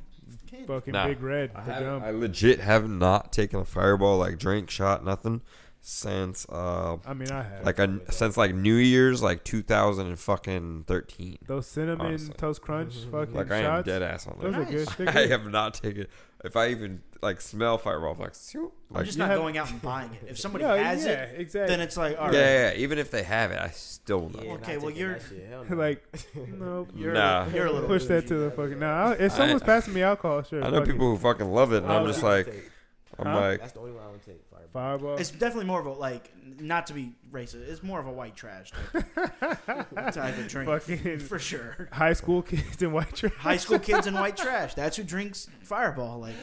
candy.
Fucking
Nah.
Big Red.
I,
the
haven't-
gum.
I legit have not taken a fireball like drink, shot, nothing since uh
I mean, I have.
like a, since like New Year's like 2000 and fucking 13.
Those cinnamon
Honestly.
toast crunch fucking
Like I am
shots.
dead ass on
Those
that.
are good.
Nice.
They're
I
good.
have not taken. If I even like smell fireball, I'm like, shoot,
I'm
like
just
you
not
have-
going out and buying it. If somebody
No,
has
yeah,
it,
exactly.
then it's like, all
yeah,
right.
yeah, yeah, even if they have it, I still know.
yeah, not
Okay, well,
taking
you're-
that shit, hell no.
like, nope.
You're,
Nah.
you're a little.
Push that to the fucking. Nah, if
I-
someone's passing me alcohol, sure.
I know
fuck it.
people who fucking love it, and I'm
Oh,
just
yeah.
like, I'm
Huh?
like,
that's the only one I would take. Fireball.
Fireball.
It's definitely more of a like, not to be racist. It's more of a white trash type, type of drink,
Fucking
for sure.
high school kids in white trash.
High school kids and white trash. That's who drinks Fireball. Like,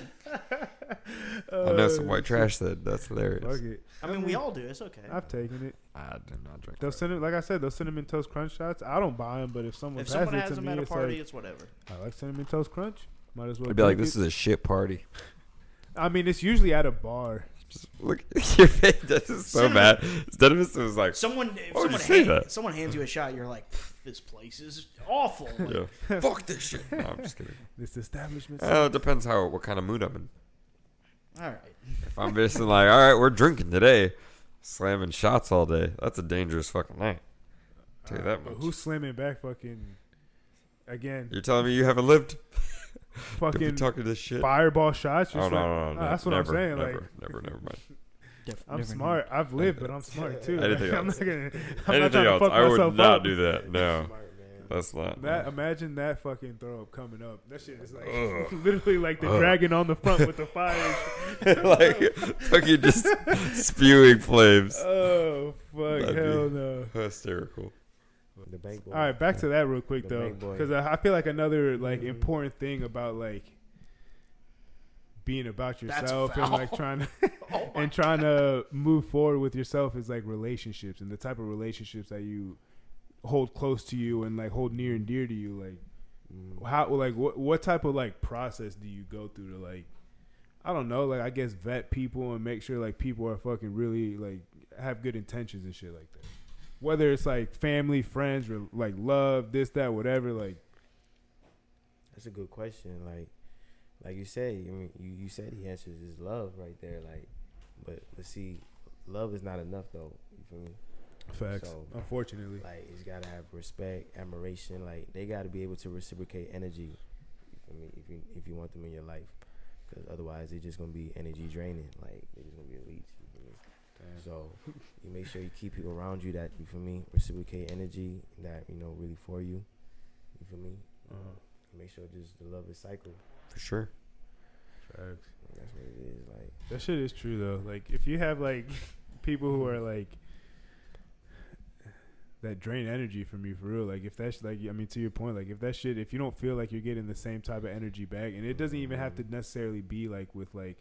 I know some white trash that that's
Uh, Fuck
hilarious.
it.
I mean, we all do. It's okay.
I've taken it.
I do not drink.
Those cinnamon, like I said, those cinnamon toast crunch shots. I don't buy them, but if someone
If
passes
someone
it
has
to
them
me,
at a
it's
party,
like
it's whatever.
I like cinnamon toast crunch. Might as well.
I'd be like,
drink
this
it.
is a shit party.
I mean, it's usually at a bar.
Just look, your face. This is so
Cinnamon.
bad. Dennis was like,
Someone, if
Why would you
someone,
say
hand-
that?
someone hands you a shot, you're like, this place is awful. Like,
yeah, fuck this shit. No, I'm just kidding.
This establishment.
Uh, it depends how what kind of mood I'm in.
All right.
If I'm just in like, all right, we're drinking today, slamming shots all day. That's a dangerous fucking night. Tell you
Uh,
that
but
much.
Who's slamming back? Fucking again.
You're telling me you haven't lived? Did we
Fucking
talk to this shit?
fireball shots.
Oh
You're
no,
slamming-
no, no, no,
Uh, that's what
never,
I'm saying.
Never,
like,
never, never mind.
Def-
I'm
never knew.
smart. I've lived, but I'm smart too.
Anything
I'm
else.
not gonna. I'm not
Anything
trying to
else?
fuck
I
myself
would not
up.
do that. No,
Smart, man.
that's not.
That imagine that fucking throw up coming up. That shit is like
Ugh.
literally like the
Ugh.
dragon on the front with the fire.
like fucking just spewing flames.
Oh fuck!
That'd be-
hell no.
Hysterical.
The bank boy.
All right, back to that real quick
The
though,
big boy.
because I, I feel like another like important thing about like being about
That's
yourself and like
foul.
trying to
Oh my
and trying to move forward with yourself is like relationships and the type of relationships that you hold close to you and like hold near and dear to you. Like
Mm.
how like what what type of like process do you go through to like I don't know like I guess vet people and make sure like people are fucking really like have good intentions and shit like that. Whether it's like family, friends, or like love, this, that, whatever, like
That's a good question. Like, like you said, I mean, you you said the answer is love right there. Like, but but see, love is not enough though. You feel me?
facts.
So-
unfortunately,
Like, it's gotta have respect, admiration. Like, they gotta be able to reciprocate energy. You feel me? If you if you want them in your life, because otherwise they're just gonna be energy draining. Like, they're just gonna be a leech. You feel me? So you make sure you keep people around you that you feel me reciprocate energy that you know really for you. You feel me?
Uh-huh.
Make sure just the love is cycle.
For sure.
facts.
That's what it is. Like
That shit is true though. Like if you have like people who are like that drain energy from you for real. Like if that's like I mean to your point, like if that shit if you don't feel like you're getting the same type of energy back, and it doesn't even have to necessarily be like with like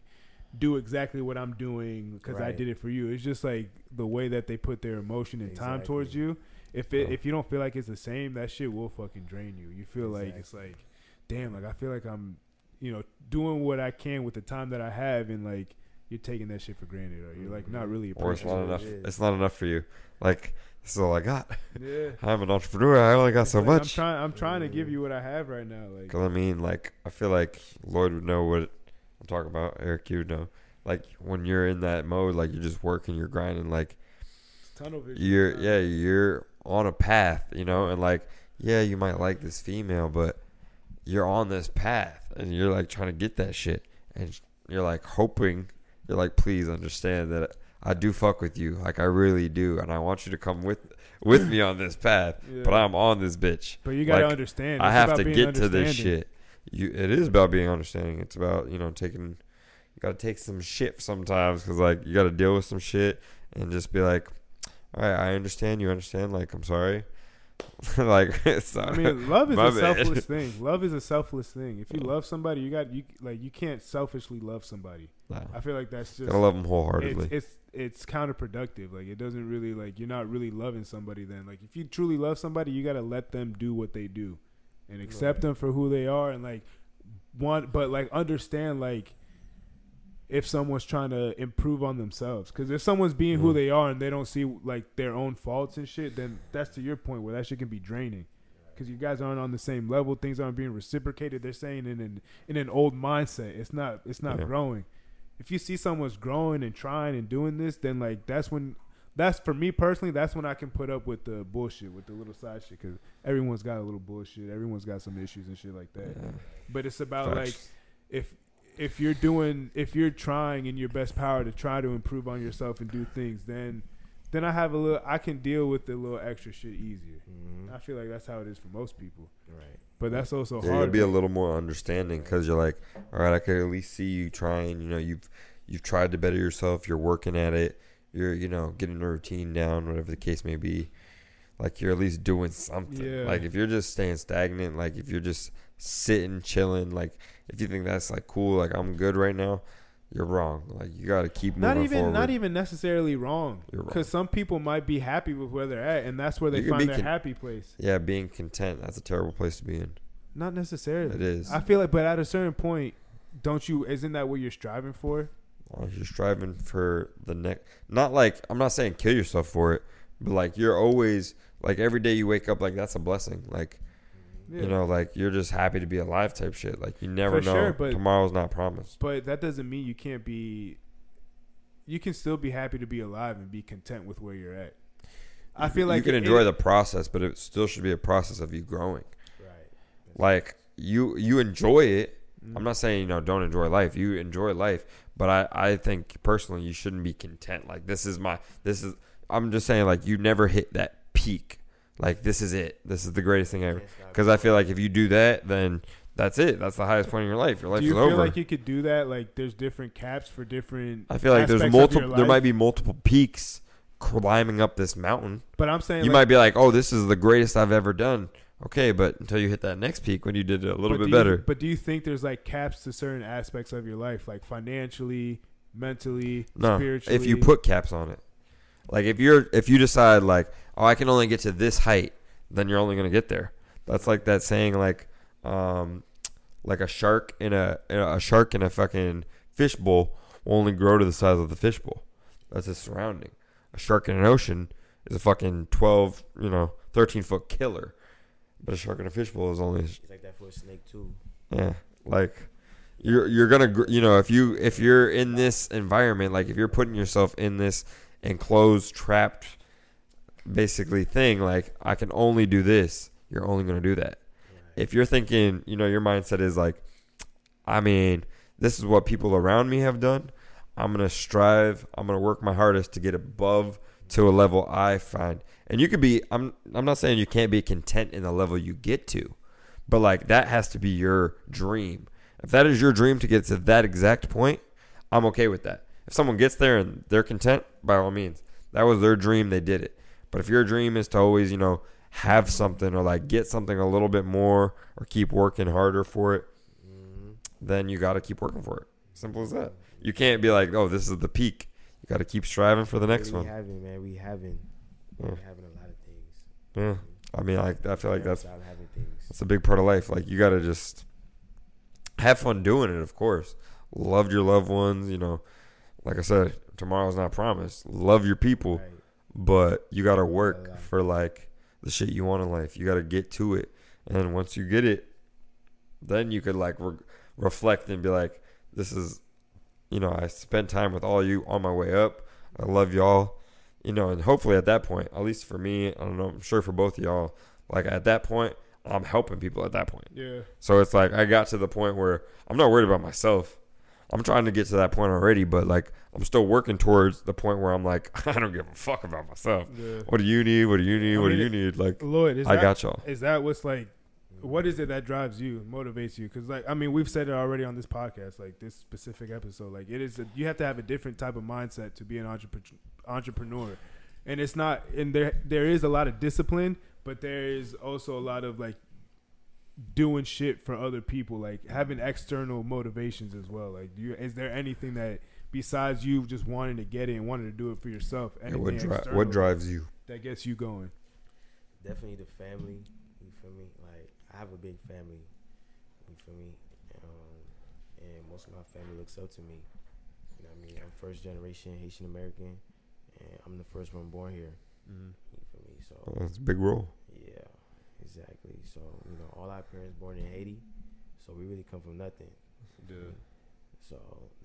do exactly what I'm doing because I
Right.
did it for you. It's just like the way that they put their emotion and time towards
Exactly.
you. If it
Yeah.
if you don't feel like it's the same, that shit will fucking drain you. You feel like it's like, damn, like I feel like I'm, you know, doing what I can with the time that I have, and like you're taking that shit for granted, or you're like not really
Mm-hmm. or it's
appreciating.
not
Appreciate
enough.
it.
It's not enough for you. Like this is all I got.
Yeah.
I'm an entrepreneur. I only got
It's
so
like, I'm
much. Mm.
trying. I'm trying to give you what I have right now. Like,
Cause I mean, like I feel like Lloyd would know what I'm talking about. Eric, you would know. Like when you're in that mode, like you're just working, you're grinding, like
it's tunnel vision.
you're
time.
yeah, you're on a path, you know, and like yeah, you might like this female, but you're on this path, and you're like trying to get that shit, and you're like hoping, you're like, please understand that I do fuck with you, like I really do, and I want you to come with with me on this path, but
Yeah.
I'm on this bitch.
But you gotta
like,
understand.
I
it's
have
about
to
being
get to this
understanding.
shit. You, it is about being understanding. It's about you know taking. You gotta take some shit sometimes because like you gotta deal with some shit and just be like, all right, I understand. You understand? Like I'm sorry. like
I
sorry.
mean, love is
My
a
bad. Uh.
selfless thing. Love is a selfless thing. If you love somebody, you got you like you can't selfishly love somebody.
No.
I feel like that's just
gotta love them
it's,
wholeheartedly.
it's it's counterproductive. Like it doesn't really like you're not really loving somebody. Then like if you truly love somebody, you gotta let them do what they do, and accept them for who they are, and like want, but like understand like if someone's trying to improve on themselves. Because if someone's being who
Mhm.
they are and they don't see like their own faults and shit, then that's to your point where that shit can be draining. Because you guys aren't on the same level, things aren't being reciprocated. They're saying in an in an old mindset. It's not it's not
Yeah.
growing. If you see someone's growing and trying and doing this, then like that's when that's for me personally. That's when I can put up with the bullshit, with the little side shit. Because everyone's got a little bullshit. Everyone's got some issues and shit like that.
Yeah.
But it's about like
Facts.
if if you're doing if you're trying in your best power to try to improve on yourself and do things, then then I have a little I can deal with the little extra shit easier.
Mm-hmm.
I feel like that's how it is for most people.
Right.
But that's also
Yeah, you gotta
hard.
be a little more understanding because you're like, all right, I could at least see you trying. You know, you've you've tried to better yourself. You're working at it. You're you know getting a routine down, whatever the case may be. Like you're at least doing something.
Yeah.
Like if you're just staying stagnant, like if you're just sitting chilling, like if you think that's like cool, like I'm good right now, you're wrong. Like you gotta keep
not
moving
even
forward.
not even necessarily wrong
You're wrong.
because some people might be happy with where they're at and that's where they
You can be
find their
con-
happy place
yeah, being content. That's a terrible place to be in.
not necessarily
It is.
i feel like but at a certain point don't you isn't that what you're striving for
Well, you're striving for the next. Not like I'm not saying kill yourself for it, but like you're always like every day you wake up like that's a blessing. Like
Yeah.
you know, like you're just happy to be alive type shit. Like you never
For
know
sure, but-
tomorrow's not promised.
but that doesn't mean you can't be you can still be happy to be alive and be content with where you're at i feel like
you can
it-
enjoy the process, but it still should be a process of you growing.
Right. That's-
Like you you enjoy it.
Mm-hmm.
I'm not saying you know don't enjoy life. You enjoy life, but I I think personally you shouldn't be content. Like this is my this is I'm just saying like you never hit that peak. Like this is it. This is the greatest thing ever.
can't stop
Because I feel like if you do that, then that's it. That's the highest point in your life. Your life
do
is
you feel
over.
like you could do that like there's different caps for different
I feel like there's
aspects of your
multiple. There
life?
might be multiple peaks climbing up this mountain.
but i'm saying
You
like,
might be like, "Oh, this is the greatest I've ever done." Okay, but until you hit that next peak when you did it a little bit
But do you-
better.
but do you think there's like caps to certain aspects of your life, like financially, mentally,
No,
spiritually?
if you put caps on it, like if you're if you decide like, "Oh, I can only get to this height," then you're only gonna get there. That's like that saying like, um, like a shark in a in a a shark in a fucking fishbowl will only grow to the size of the fishbowl. That's his surrounding. A shark in an ocean is a fucking twelve, you know, thirteen foot killer. But a shark in a fishbowl is only
It's like that for a snake too.
yeah, like you're you're gonna gr- you know if you if you're in this environment, like if you're putting yourself in this enclosed, trapped, basically thing, like I can only do this. You're only gonna do that. If you're thinking, you know, your mindset is like, I mean, this is what people around me have done. I'm gonna strive. I'm gonna work my hardest to get above to a level I find. And you could be. I'm. I'm not saying you can't be content in the level you get to, but like that has to be your dream. If that is your dream to get to that exact point, I'm okay with that. If someone gets there and they're content, by all means, that was their dream. They did it. But if your dream is to always, you know, have something or like get something a little bit more or keep working harder for it,
Mhm.
then you got to keep working for it. Simple as that. You can't be like, oh, this is the peak. You got to keep striving for the next
we
one.
haven't, man. We haven't.
Yeah.
We're having a lot of things.
Yeah. I mean, I, I feel like that's
Stop having things.
that's a big part of life. Like you got to just have fun doing it. Of course, love your loved ones. You know, like I said, tomorrow's not promised. Love your people,
Right.
but you got to
Yeah.
work for like the shit you want in life. You got to get to it, and once you get it, then you could like re- reflect and be like, "This is, you know, I spent time with all you on my way up. I love y'all." You know, and hopefully at that point, at least for me, I don't know, I'm sure for both of y'all, like at that point, I'm helping people at that point.
Yeah.
So it's like I got to the point where I'm not worried about myself. I'm trying to get to that point already, but like I'm still working towards the point where I'm like, I don't give a fuck about myself.
yeah.
What do you need? What do you need?
I
What do
mean,
you need? Like
Lloyd, is
I
that,
got y'all.
is that what's like? What is it that drives you, motivates you? Because like, I mean, we've said it already on this podcast, like this specific episode. Like, it is a, you have to have a different type of mindset to be an entrepre- entrepreneur, and it's not. And there there is a lot of discipline, but there is also a lot of like doing shit for other people, like having external motivations as well. Like, do you, is there anything that besides you just wanting to get it and wanting to do it for yourself?
Yeah, what,
anything
dri-
external
what drives you?
that gets you going?
Definitely the family. You feel me? Like I have a big family. You feel me? Um, and most of my family looks up to me. You know what I mean? I'm first generation Haitian American, and I'm the first one born here. You feel me? So.
Oh, that's a big role.
Yeah, exactly. So you know, all our parents born in Haiti, so we really come from nothing.
Yeah.
So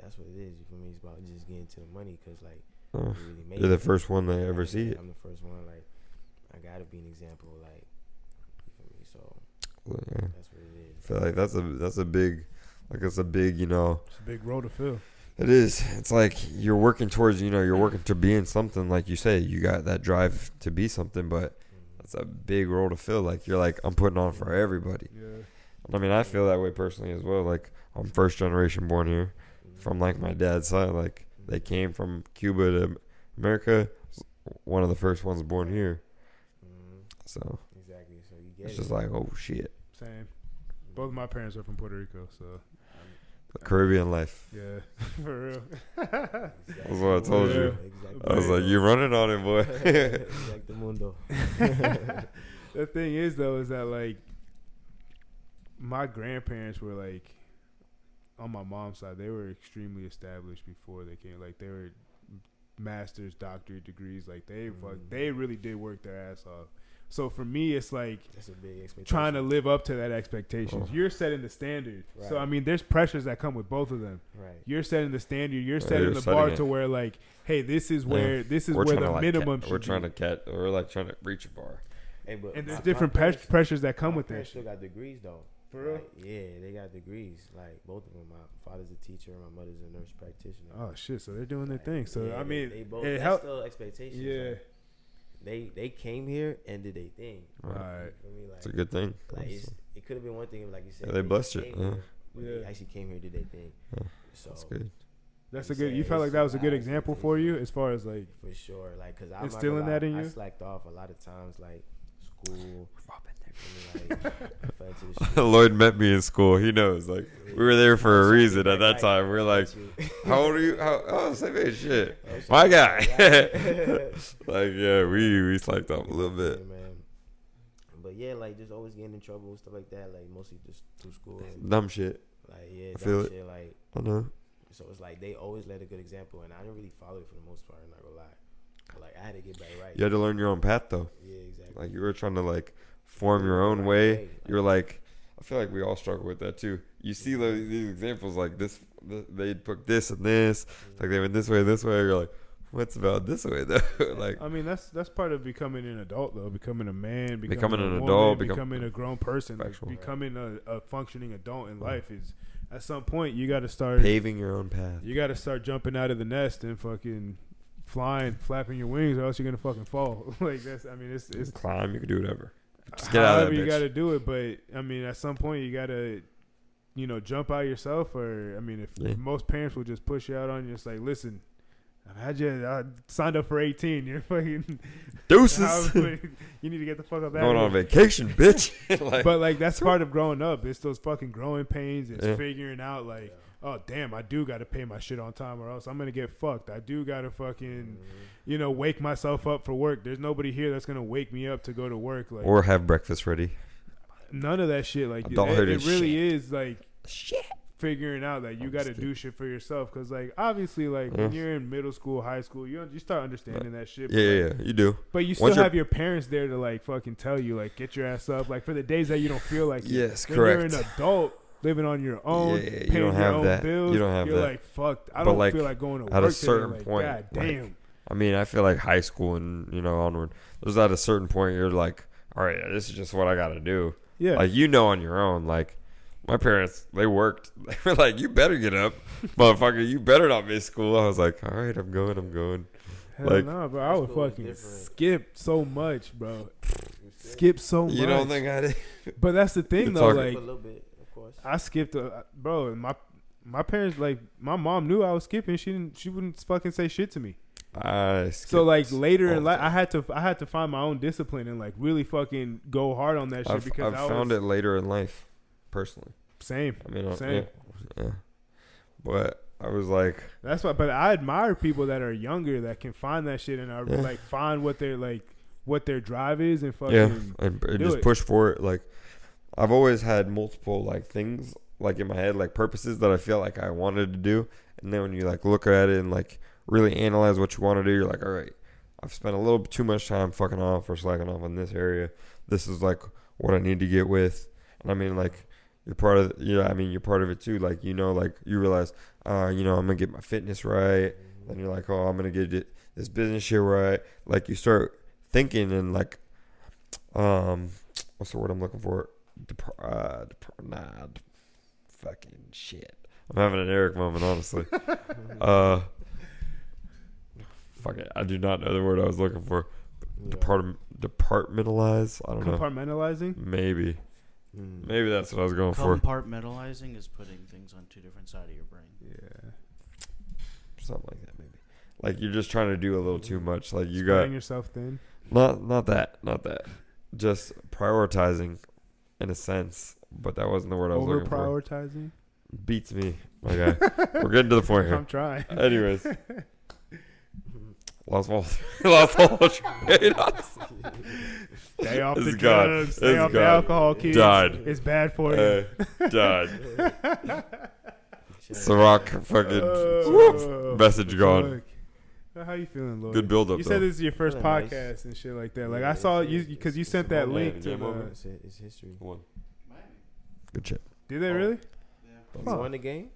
that's what it is. You feel me? It's about just getting to the money, cause like
Oh,
we really made
You're the
it.
first one they ever
Like,
see it.
I'm the first one. Like I gotta be an example. Like you feel me? So
Yeah.
that's what it
I
is.
feel like that's a that's a big like it's a big you know
It's a big role to fill.
It is. It's like you're working towards, you know, you're working to being something. Like you say, you got that drive to be something, but
Mm-hmm.
that's a big role to fill. Like you're like, I'm putting on for everybody.
Yeah.
And I mean, I feel that way personally as well. Like I'm first generation born here
Mm-hmm.
from like my dad's side. Like they came from Cuba to America. One of the first ones born here.
hmm
So
Exactly. So you get
it's
it. Mm-hmm.
just like, oh shit,
Same. Both of my parents are from Puerto Rico, so
the Caribbean life.
yeah, for real.
Exactly.
That's what I told
you.
Exactly.
I was like, you're running on it, boy.
Exacto mundo.
the thing is, though, is that like my grandparents were like on my mom's side, they were extremely established before they came. Like they were masters, doctorate degrees. Like they fuck,
Mm.
they really did work their ass off. So for me, it's like
That's a big expectation.
trying to live up to that expectations.
Oh.
You're setting the standard. So
Right.
I mean, there's pressures that come with both of them.
right.
You're setting the standard. You're
Yeah,
setting
you're
the
setting
bar
it.
to where like, hey, this is
Yeah.
where this is where the
like,
minimum
cat-
should
we're trying
be.
to cat. We're like trying to reach a bar.
Hey, but
and there's
my- my
different pres-
parents-
pressures that come
My
with
parents
that.
still got degrees though.
For real?
Like, yeah, they got degrees. Like both of them. My father's a teacher. and My mother's a nurse practitioner.
Oh shit! So they're doing their
Like,
thing. So
yeah,
I
they-
mean,
they both.
it
that's
helped.
still expectations.
Yeah.
Like, they they came here and did their thing.
All right.
You feel me? Like,
It's a good thing.
like, it's, it could have been one thing, if, like you said.
Yeah, they blessed
just
it,
came
yeah.
here, but They
Yeah.
actually came here, did their thing.
Yeah.
So
That's good.
That's a
I'm
good. You
saying
felt like
it's
that was a good
about
example for you as far as like.
for sure, like because I'm not gonna
Instilling
lie,
that in
I
you?
slacked off a lot of times, like school. you feel me? Like, I fell into the shit.
Oh.
Lloyd met me in school. He knows. Like we were there for a reason at that time. We're like, how old are you? How, oh, same age. Shit, my guy. like yeah, we we slacked up a little bit.
Yeah, man. But yeah, like just always getting in trouble and stuff like that. Like mostly just through school. and,
Dumb shit.
like yeah,
I feel
dumb
it.
shit. Like
I know.
so, it's like they always led a good example, and I didn't really follow it for the most part. I'm not gonna lie. But, like I had to get back right.
You had to learn your own path though.
Yeah, exactly.
Like you were trying to like form your own way. You were like, I feel like we all struggle with that too. You see the, these examples like this. th- They put this and this. Like they went this way, this way. You're like, what's about this way though? like
I mean, that's that's part of becoming an adult, though. Becoming a man, becoming,
Becoming
a
an
woman,
adult, become-
becoming a grown person, like,
Factual.
becoming a, a functioning adult in
Yeah.
life is. At some point, you got to start.
paving your own path.
You got to start jumping out of the nest and fucking flying, flapping your wings, or else you're gonna fucking fall. like that's, I mean, it's it's
climb. You can do whatever. Just get out of
however
that
you
bitch.
got to do it. But I mean, at some point, you got to, you know, jump out yourself. Or I mean, if
Yeah.
most parents will just push you out on you, it's like, listen, I had you I signed up for eighteen. You're fucking
Deuces.
How- you need to get the fuck up out
Going
of
on
here.
vacation, bitch. like,
But like that's part of growing up. It's those fucking growing pains. It's
Yeah.
figuring out like, oh damn, I do got to pay my shit on time, or else I'm gonna get fucked. I do got to fucking,
Mm-hmm.
you know, wake myself up for work. There's nobody here that's gonna wake me up to go to work. Like
or have breakfast ready.
none of that shit. Like it,
Adulthood
it
is
really is like
Shit.
figuring out that you
I'm
got to
just
do shit for yourself. Cause like obviously, like when
Yeah.
you're in middle school, high school, you you start understanding that shit.
Yeah,
but,
yeah, yeah, you do.
But you
Once
still
you're-
have your parents there to like fucking tell you like get your ass up like for the days that you don't feel like it.
Yes,
when
correct.
you're an adult living on your own
Yeah, you
paying
don't
your
have
own
that. You
bills
don't have
you're
that.
like fuck I
But,
don't
like,
feel like going to
at a
work today."
certain
Like,
point,
god
like-
damn
I mean, I feel like high school and you know onward. There's at a certain point you're like, all right, this is just what I got to do.
yeah
Like you know on your own. Like my parents, they worked. They were like, you better get up, motherfucker. You better not miss school. I was like, all right, I'm going. I'm going.
hell
like-
no bro I would
School was
fucking
different.
skip so much bro skip so
You
much
don't think I did?
but that's the thing
You're
though
talking-
a
like
little bit, of course.
I skipped a, bro my my parents like my mom knew I was skipping she didn't she wouldn't fucking say shit to me
I skipped.
So like later
all
in
the
life, I had to I had to find my own discipline and like really fucking go hard on that shit
I've,
because i
I've found
was
it later in life, personally.
same.
I mean, I-
Same.
Yeah, yeah. But I was like,
That's why. But I admire people that are younger that can find that shit and are
Yeah.
like find what their like what their drive is and fucking.
yeah, and, and
do
just
it.
push for it. Like I've always had multiple like things like in my head, like purposes that I feel like I wanted to do, and then when you like look at it and like really analyze what you want to do, you're like, all right, I've spent a little too much time fucking off or slacking off in this area. This is like what I need to get with, and I mean like. You're part of yeah. I mean, you're part of it too. Like you know, like you realize, uh, you know, I'm gonna get my fitness right. Then you're like, oh, I'm gonna get it- this business shit right. Like you start thinking and like um, what's the word I'm looking for? Depr- uh, depr- nah, d- fucking shit. I'm having an Eric moment, honestly. uh, fuck it. I do not know the word I was looking for.
Yeah.
Depart- departmentalize. I don't know.
compartmentalizing.
Maybe.
Mm.
Maybe that's what I was going for.
Compartmentalizing is putting things on two different sides of your brain.
Yeah,
Something like that. Maybe. Like you're just trying to do a little too much. Like you got
Spreading yourself thin.
Not not that, not that. Just prioritizing in a sense, but that wasn't the word I was
Over
looking for.
prioritizing.
Beats me, my guy. We're getting to the point here.
I'm trying.
Anyways. Lost all lost all trade.
Stay off
It's
the
gone.
drugs. Stay
It's
off the
gone.
alcohol, kids.
Died.
It's bad for you.
Uh, died. Ciroc fucking
Oh,
whoop, message gone.
fuck. How you feeling, Lloyd?
Good build up
You
though.
said this is your first
Kinda nice.
podcast and shit like that. Like
Yeah,
I saw
it's-
you because you
it's-
sent
it's
that
all
link
bad.
to.
Yeah,
the-
but-
It's, it's history.
One. Good shit.
did
Oh.
they really?
You
Fuck.
won the game.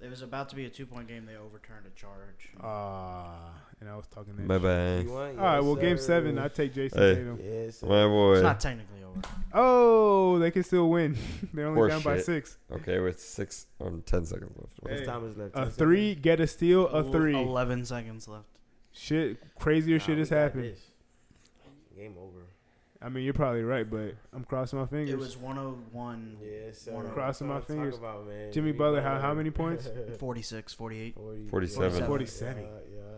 It was about to be a two point game. They overturned a charge.
Oh, Ah, and I was talking that.
Bye
shit.
bye.
You won.
All right, well, game
sir.
seven, I take Jason
Hey.
Tatum.
Yes. sir.
My
It's
boy.
not technically over.
Oh, they can still win. They're only
Poor
down by
shit.
six.
Okay, with six um, ten seconds left.
How much
Hey.
time is left?
A
Ten
three, get a steal, a
Ele-
three.
Eleven seconds left.
Shit, crazier
Nah,
shit
we
has
got
happened.
this. Game over.
I mean, you're probably right, but I'm crossing my
It
fingers.
was 101,
Yes. sir.
One oh
Crossing
That's
my
what I'm
fingers.
talking About, man.
Jimmy
We
Butler,
won.
how- how many points?
46, 48.
40,
47.
yeah,
47.
Yeah, yeah.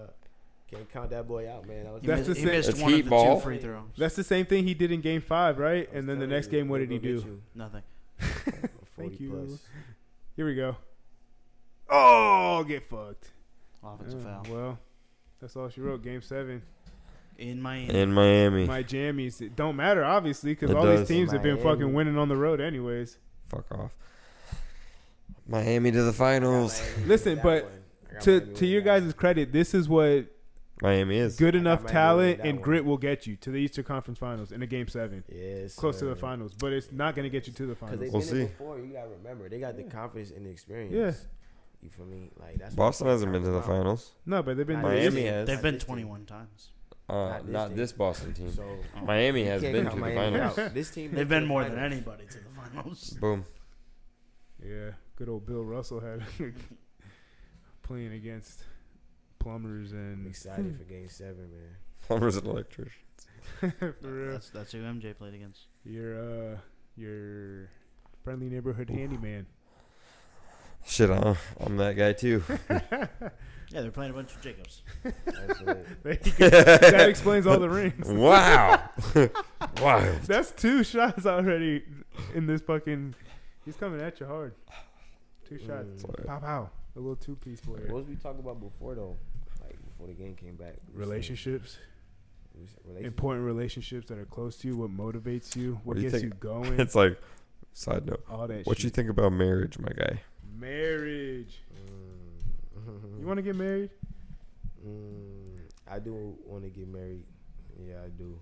Can't count that boy out, man. That was
He,
That's
missed,
the
he
same-
missed
That's
one
heat
of the
ball.
two free throws.
That's the same thing he did in game five, right?
I was
And then the
telling
next
you,
game, what
we'll
did he
go get
do?
you.
Nothing.
Thank
40
you.
plus.
Here we go. Oh, get fucked.
Offensive
Yeah,
foul.
Well, that's all she wrote. Game seven.
In Miami.
In Miami.
My jammies. It don't matter, obviously, because
It
all
does.
these teams have been
Miami.
fucking winning on the road, anyways.
Fuck off. Miami to the finals.
Listen, but To to your guys' credit, this is what
Miami is.
good
I got
enough
Miami
talent
winning that
and
one.
grit will get you to the Eastern Conference Finals in a game seven,
yes,
close to the
sir.
finals, but it's not going to get you to the
Because
finals.
they've
We'll
been
see.
it before. You gotta remember, they got the confidence and the experience.
Yeah.
You feel me? Like that's what
Boston
I'm
hasn't been to the
about.
finals.
No, but they've been
Miami
Miami has.
They've been
Not this team.
21 times.
Uh,
Not
not,
this
this,
team.
Boston team.
So
Miami
you
has
can't
been
count
to the
Miami
finals.
out. This team.
They've
has
been
to
more
the
than
finals.
anybody to the finals.
Boom.
Yeah, good old Bill Russell had playing against plumbers
I'm
and
excited for Game Seven, man.
Plumbers and electrician.
for real.
That's, that's who MJ played against.
your uh, your friendly neighborhood handyman.
Shit, uh, I'm that guy too.
Yeah, they're playing a bunch of Jacobs.
That's it.
that explains all the rings.
Wow. wow.
That's two shots already in this fucking. He's coming at you hard. Two shots.
Mm. Sorry.
Pow pow. A little two piece for
What
you.
was we talking about before though? Like before the game came back. we was saying-
Relationships,
we was- Relationship.
important relationships that are close to you. What motivates you?
What
What
do you
gets you
think-
going?
It's like, side note.
all that.
What
shit.
you think about marriage, my guy?
Marriage.
Mm.
You want to get married?
Mm, I do want to get married. Yeah, I do.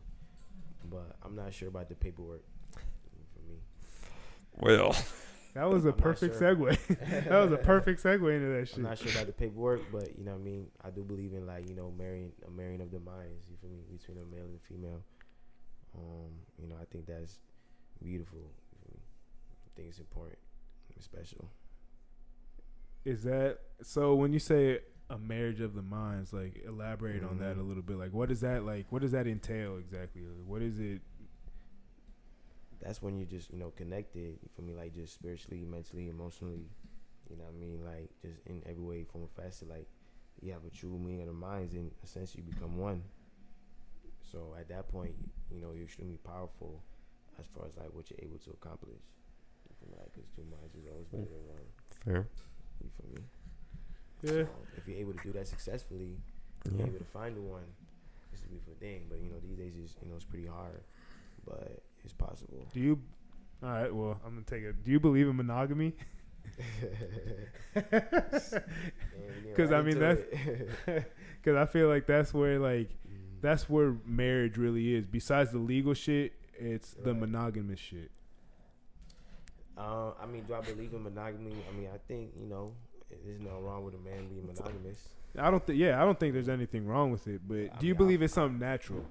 But I'm not sure about the paperwork for me.
Well,
That was a
I'm not
perfect
sure.
segue. that was a perfect segue into that
I'm
shit.
not sure about the paperwork, but you know what I mean. I do believe in like you know marrying a marrying of the minds. You feel me between a male and female. Um, you know I think that's beautiful. You feel me? I think it's important, it's special.
Is that so? When you say a marriage of the minds, like elaborate on
Mm-hmm.
that a
Mhm.
little bit. Like, what does that like? What does that entail exactly? Like, what is it?
that's when you're just you know connected you feel me like just spiritually mentally emotionally you know what i mean like just in every way form or facet like you have a true meaning of the minds and essentially you become one so at that point you know you're extremely powerful as far as like what you're able to accomplish you feel me like because two minds is always better than one
fair.
you feel me
Yeah.
so if you're able to do that successfully
Yeah.
you're able to find the one it's a beautiful thing but you know these days is you know it's pretty hard but it's possible
Do you? All right. Well, I'm gonna take it. Do you believe in monogamy?
Because
I mean, Because I feel like that's where like
Mm.
that's where marriage really is. Besides the legal shit, it's the
Right.
monogamous shit.
um, I mean, do I believe in monogamy? I mean, I think you know, there's no wrong with a man being monogamous.
I don't think. Yeah, I don't think there's anything wrong with it. But
I
do you
mean, I-
believe it's something natural?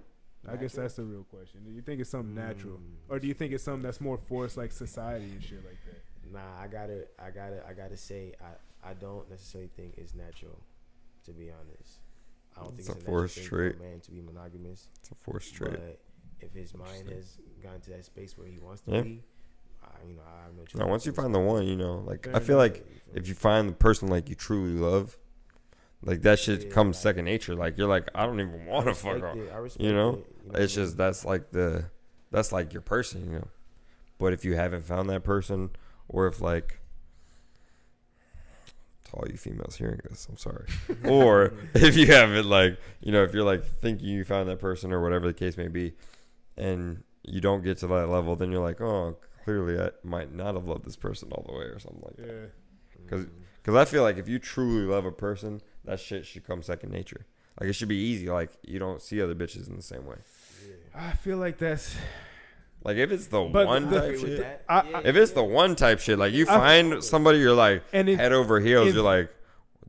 I guess
Natural?
that's the real question. Do you think it's something natural,
Mm.
or do you think it's something that's more forced, like society and shit like that?
Nah, I gotta, I gotta, I gotta say, I, I don't necessarily think it's natural, to be honest. I don't
It's a
think it's a natural
forced
thing for a
trait.
man to be monogamous.
It's a four straight.
But if his mind has gotten to that space where he wants to
Yeah.
be, I, you know, I have no choice.
Now, once you
but to
find the one, you know, like
Fair
I feel
enough.
like
feel me?
if you find the person like you truly love, like that shit
Yeah,
comes
like-
second nature. Like you're like, I don't even want to fuck
respect
off.
it. I respect
You know?
it, you know
It's
what I
just that's like the that's like your person, you know. But if you haven't found that person, or if like to all you females hearing this, I'm sorry. or if you haven't like you know, if you're like thinking you found that person or whatever the case may be, and you don't get to that level, then you're like, oh, clearly I might not have loved this person all the way or something like that.
Yeah.
mean?
'cause-
Mhm.
Because I feel like if you truly love a person, that shit should come second nature. Like it should be easy. Like you don't see other bitches in the same way.
Yeah.
I feel like that's.
Like if it's the
But
one
the-
type shit,
I- I-
if it's the one type shit, like you
I-
find somebody, you're like
And in,
head over heels.
if-
you're like,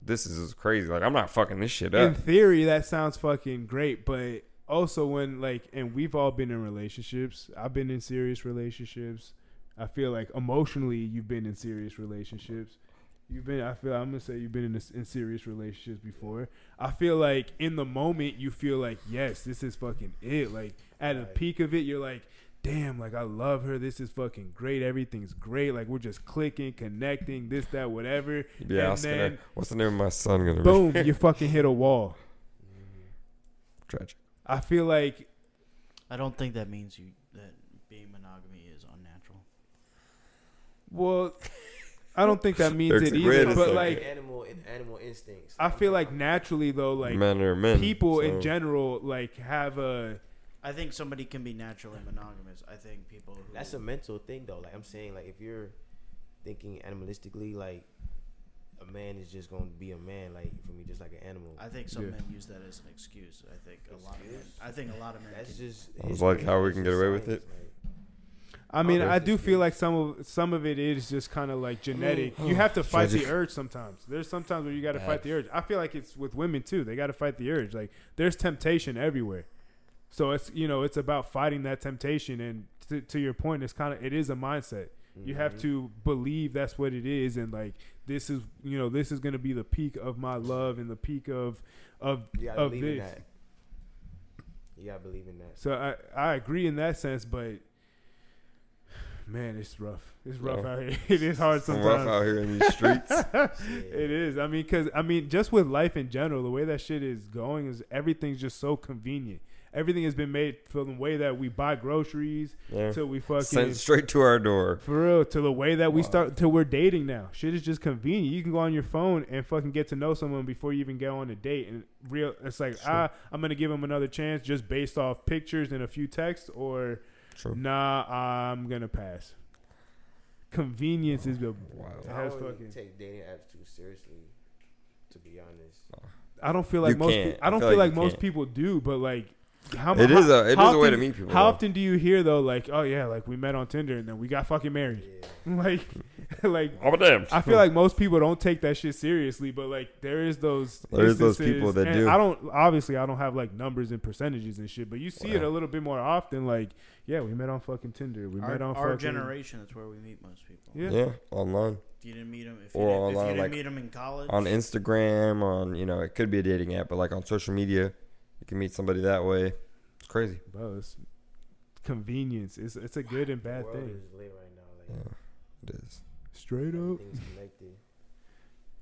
this is crazy. Like I'm not fucking this shit
in
up.
theory, that sounds fucking great, but also when like, and we've all been in relationships. I've been in serious relationships. I feel like emotionally, you've been in serious relationships. You've been. I feel. I'm gonna say you've been in, a, in serious relationships before. I feel like in the moment, you feel like, yes, this is fucking it. Like at a
Right.
peak of it, you're like. Damn, like I love her. This is fucking great. Everything's great. Like we're just clicking, connecting, this, that, whatever.
yeah, I
and
was
then
gonna, what's the name of my son gonna be?
boom, you fucking hit a wall.
Tragic.
I feel like
I don't think that means you that being monogamy is unnatural.
well, I don't think that means
There's
it
a grid,
either.
it's
But
like-
like,
animal and animal instincts.
I feel like naturally though, like
men are men.
people in
so-
general like have a
I think somebody can be naturally monogamous. I think people who
that's a mental thing though. Like I'm saying, like if you're thinking animalistically, like a man is just gonna be a man, like for me, just like an animal.
I think some
Yeah.
men use that as an excuse. I think a lot of men.
Excuse?
I think a lot of men.
That's
can-
just.
It's
his
like
brain,
how we
it's
can
just
get away with
science,
it.
like-
I mean,
Oh,
I
there's
do
this
feel
thing.
like some of some of it is just kind of like genetic. You have to fight the
Tragic.
urge sometimes. There's sometimes where you got to
Bad.
fight the urge. I feel like it's with women too. They got to fight the urge. Like there's temptation everywhere. So it's you know it's about fighting that temptation. And to, to your point, it's kind of it is a mindset. You have
Mm-hmm.
Mhm.
to believe that's what it is, and like this is you know this is going to be the peak of my love and the peak of of
You gotta
of
believe in
this.
that. You gotta believe in that.
So I I agree in that sense, but man, it's rough. It's rough
Yeah.
out here. It is hard
I'm rough
sometimes.
out here in these streets.
It is. I mean, because I mean, just with life in general, the way that shit is going is everything's just so convenient. Everything has been made for the way that we buy groceries
Yeah.
till we fucking
Sent straight to our door.
For real, to the way that we
Wow.
start, till we're dating now. Shit is just convenient. You can go on your phone and fucking get to know someone before you even go on a date. And real, it's like
True.
ah, I'm gonna give them another chance just based off pictures and a few texts, or
True.
nah, I'm gonna pass. Convenience is the.
Wow.
I
Has
don't
fucking-
take dating apps too seriously, to be honest.
I don't feel like
You
most.
can't.
Pe- I
I
don't
feel
feel
like
like
you
most
can't.
people do, but like. How,
It is a- it
how
is a way to
often-
meet people,
How
though.
often do you hear though, like, oh yeah, like we met on Tinder and then we got fucking married,
Yeah.
like, like
I'm damned.
I feel like most people don't take that shit seriously, but like there is those
There is those
instances,
people that
and
do.
I don't obviously I don't have like numbers and percentages and shit, but you see it
Wow.
a little bit more often. Like yeah, we met on fucking Tinder. We
Our,
met on
our
fucking
generation, that's where we meet most people.
Yeah.
Yeah, online,
If you didn't meet them, if you,
Or
didn't, if you
online,
didn't
like,
meet them in college,
on Instagram, on you know, it could be a dating app, but like on social media, you can meet somebody that way. It's crazy.
Bro, it's convenience. It's it's a good and bad
the world
thing.
is lit right now. Like
Yeah, it is.
Straight up,
everything's connected.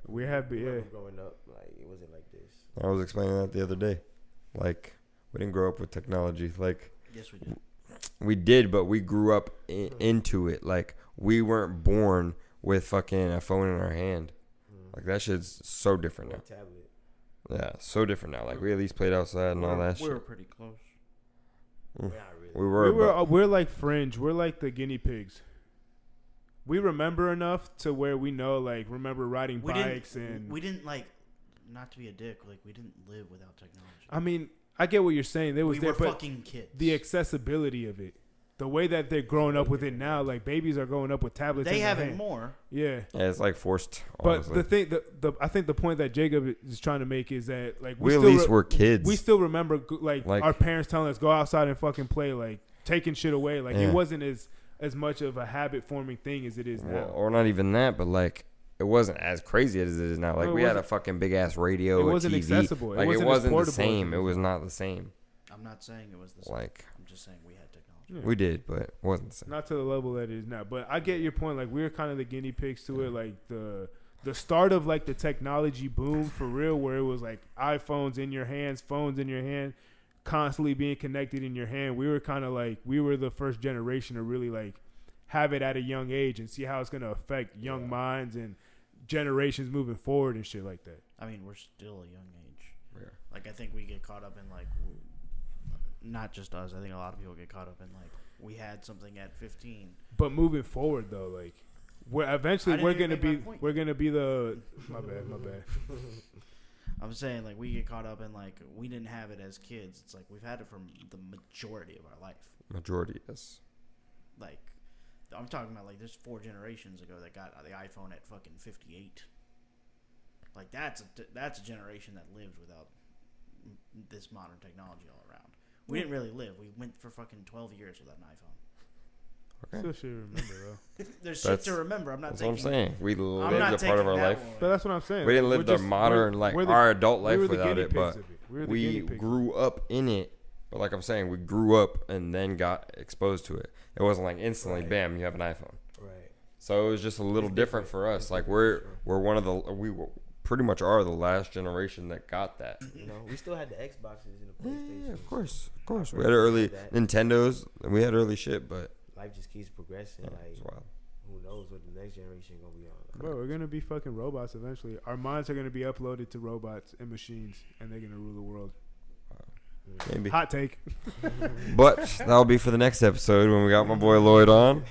we have
When
yeah.
we growing up, like it wasn't like this.
I was explaining that the other day. Like, we didn't grow up with technology. Like,
yes, we did.
we did, but we grew up in, into it. Like, we weren't born with fucking a phone in our hand.
Mm.
Like that shit's so different
Or
now.
tablet.
Yeah, so different now. Like we at least played outside and all
We're-
that
we were
shit.
pretty close.
Mm.
We're not really.
We
We
were,
were
but-
uh, we're like fringe. We're like the guinea pigs. We remember enough to where we know, like, remember riding
We
bikes
didn't.
and
we didn't like. Not to be a dick, like we didn't live without technology.
I mean, I get what you're saying. They was
we
there,
were
but
fucking kids.
the accessibility of it, the way that they're growing up with it now, like babies are growing up with tablets.
they
in their
have it
hand.
more.
Yeah,
yeah, it's like forced.
but
Honestly.
the thing, the, the I think the point that Jacob is trying to make is that like
we, at
still
least
re-
were kids.
we still remember g- like,
Like-
our parents telling us go outside and fucking play, like taking shit away. Like
Yeah.
it wasn't as as much of a habit forming thing as it is now.
Well, or not even that, but like it wasn't as crazy as it is now. Like
No, it
we had a
wasn't-
fucking big ass radio.
It
a
wasn't
TV.
accessible. It
Like
wasn't as
it wasn't
portable
the
as
same.
it
It was not the same.
I'm not saying it was the same.
Like
I'm just saying we had technology.
Yeah.
we did, but it wasn't the same.
not to the level that it is now. But I get your point. Like we are kind of the guinea pigs to it. Like the the start of like the technology boom for real, where it was like iPhones in your hands, phones in your hand, constantly being connected in your hand. We were kind of like we were the first generation to really like have it at a young age and see how it's gonna affect young
Yeah.
minds and generations moving forward and shit like that.
I mean, we're still a young age. Like I think we get caught up in like, w- not just us. I think a lot of people get caught up in like we had something at 15.
But moving forward though, like we're
I
eventually
didn't
we're
even
gonna
make my
be
point.
we're gonna be the my bad my bad
I'm saying like we get caught up in like we didn't have it as kids. It's like we've had it for the majority of our life.
Majority yes.
Like I'm talking about like there's four generations ago that got the iPhone at fucking 58. Like that's a that's a generation that lived without m- this modern technology all around. We didn't really live. We went for fucking 12 years without an iPhone.
Okay.
still should remember though.
There's
That's-
shit to remember. I'm not
That's what
taking
I'm saying. We
I'm not
lived a part of
taking
our
that
life.
one.
But that's what I'm saying.
We didn't
Like,
live
we're
the
just-
modern
we're-
like
we're the-
our adult
we
life
were the
without
guinea
it, but
pigs of it. We were the
we
guinea pigs.
grew up in it. But like I'm saying, we grew up and then got exposed to it. It wasn't like instantly,
Right.
bam, you have an iPhone.
Right.
So it was just a little
It's
different,
different.
for us.
It's
like
different,
we're
sure.
we're one of the we were, pretty much are the last generation that got that.
You know, we still had the Xboxes and the
Yeah,
PlayStations.
of course, of course.
I
We had early
appreciate that.
Nintendos. and We had early shit, but
Life just keeps progressing.
yeah,
like
it's wild.
who knows what the next generation gonna be
Mm.
on?
Bro, we're gonna be fucking robots eventually. Our minds are gonna be uploaded to robots and machines, and they're gonna rule the world.
Maybe,
Hot take.
but that'll be for the next episode when we got my boy Lloyd on.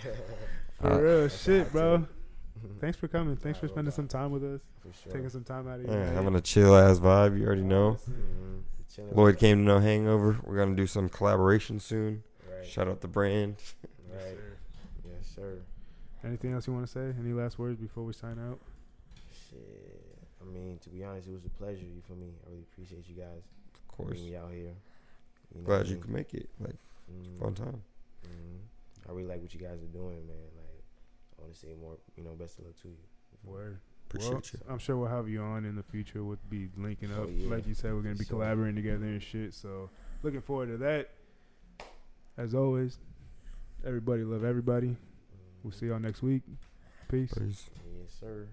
For
Uh,
real shit,
hot
bro.
take.
Thanks for coming. Thanks for
Alright,
spending some
robot.
time with us,
For sure.
taking some time out of your
Yeah,
day.
having a chill ass vibe. You already know.
Mhm. Chilling
Lloyd
with-
came to no hangover. We're gonna do some collaboration soon.
Right.
Shout out the brand.
Right. Yes, sir.
Anything else you want to say? Any last words before we sign out?
Shit. I mean, to be honest, it was a pleasure. You for me? I really appreciate you guys.
Of course.
Bring me out here. You know
Glad you could make it. Like
mm
fun time.
Mm-hmm. I really like what you guys are doing, man. Like, I want to say more. You know, best of luck to you.
Word.
Appreciate
Well,
you.
I'm sure we'll have you on in the future. We'll be linking
Oh,
up.
yeah.
Like you said, we're gonna be
Sure.
collaborating together and shit. So looking forward to that. As always, everybody love everybody.
Mhm.
We'll see y'all next week. Peace.
Peace.
Yes, sir.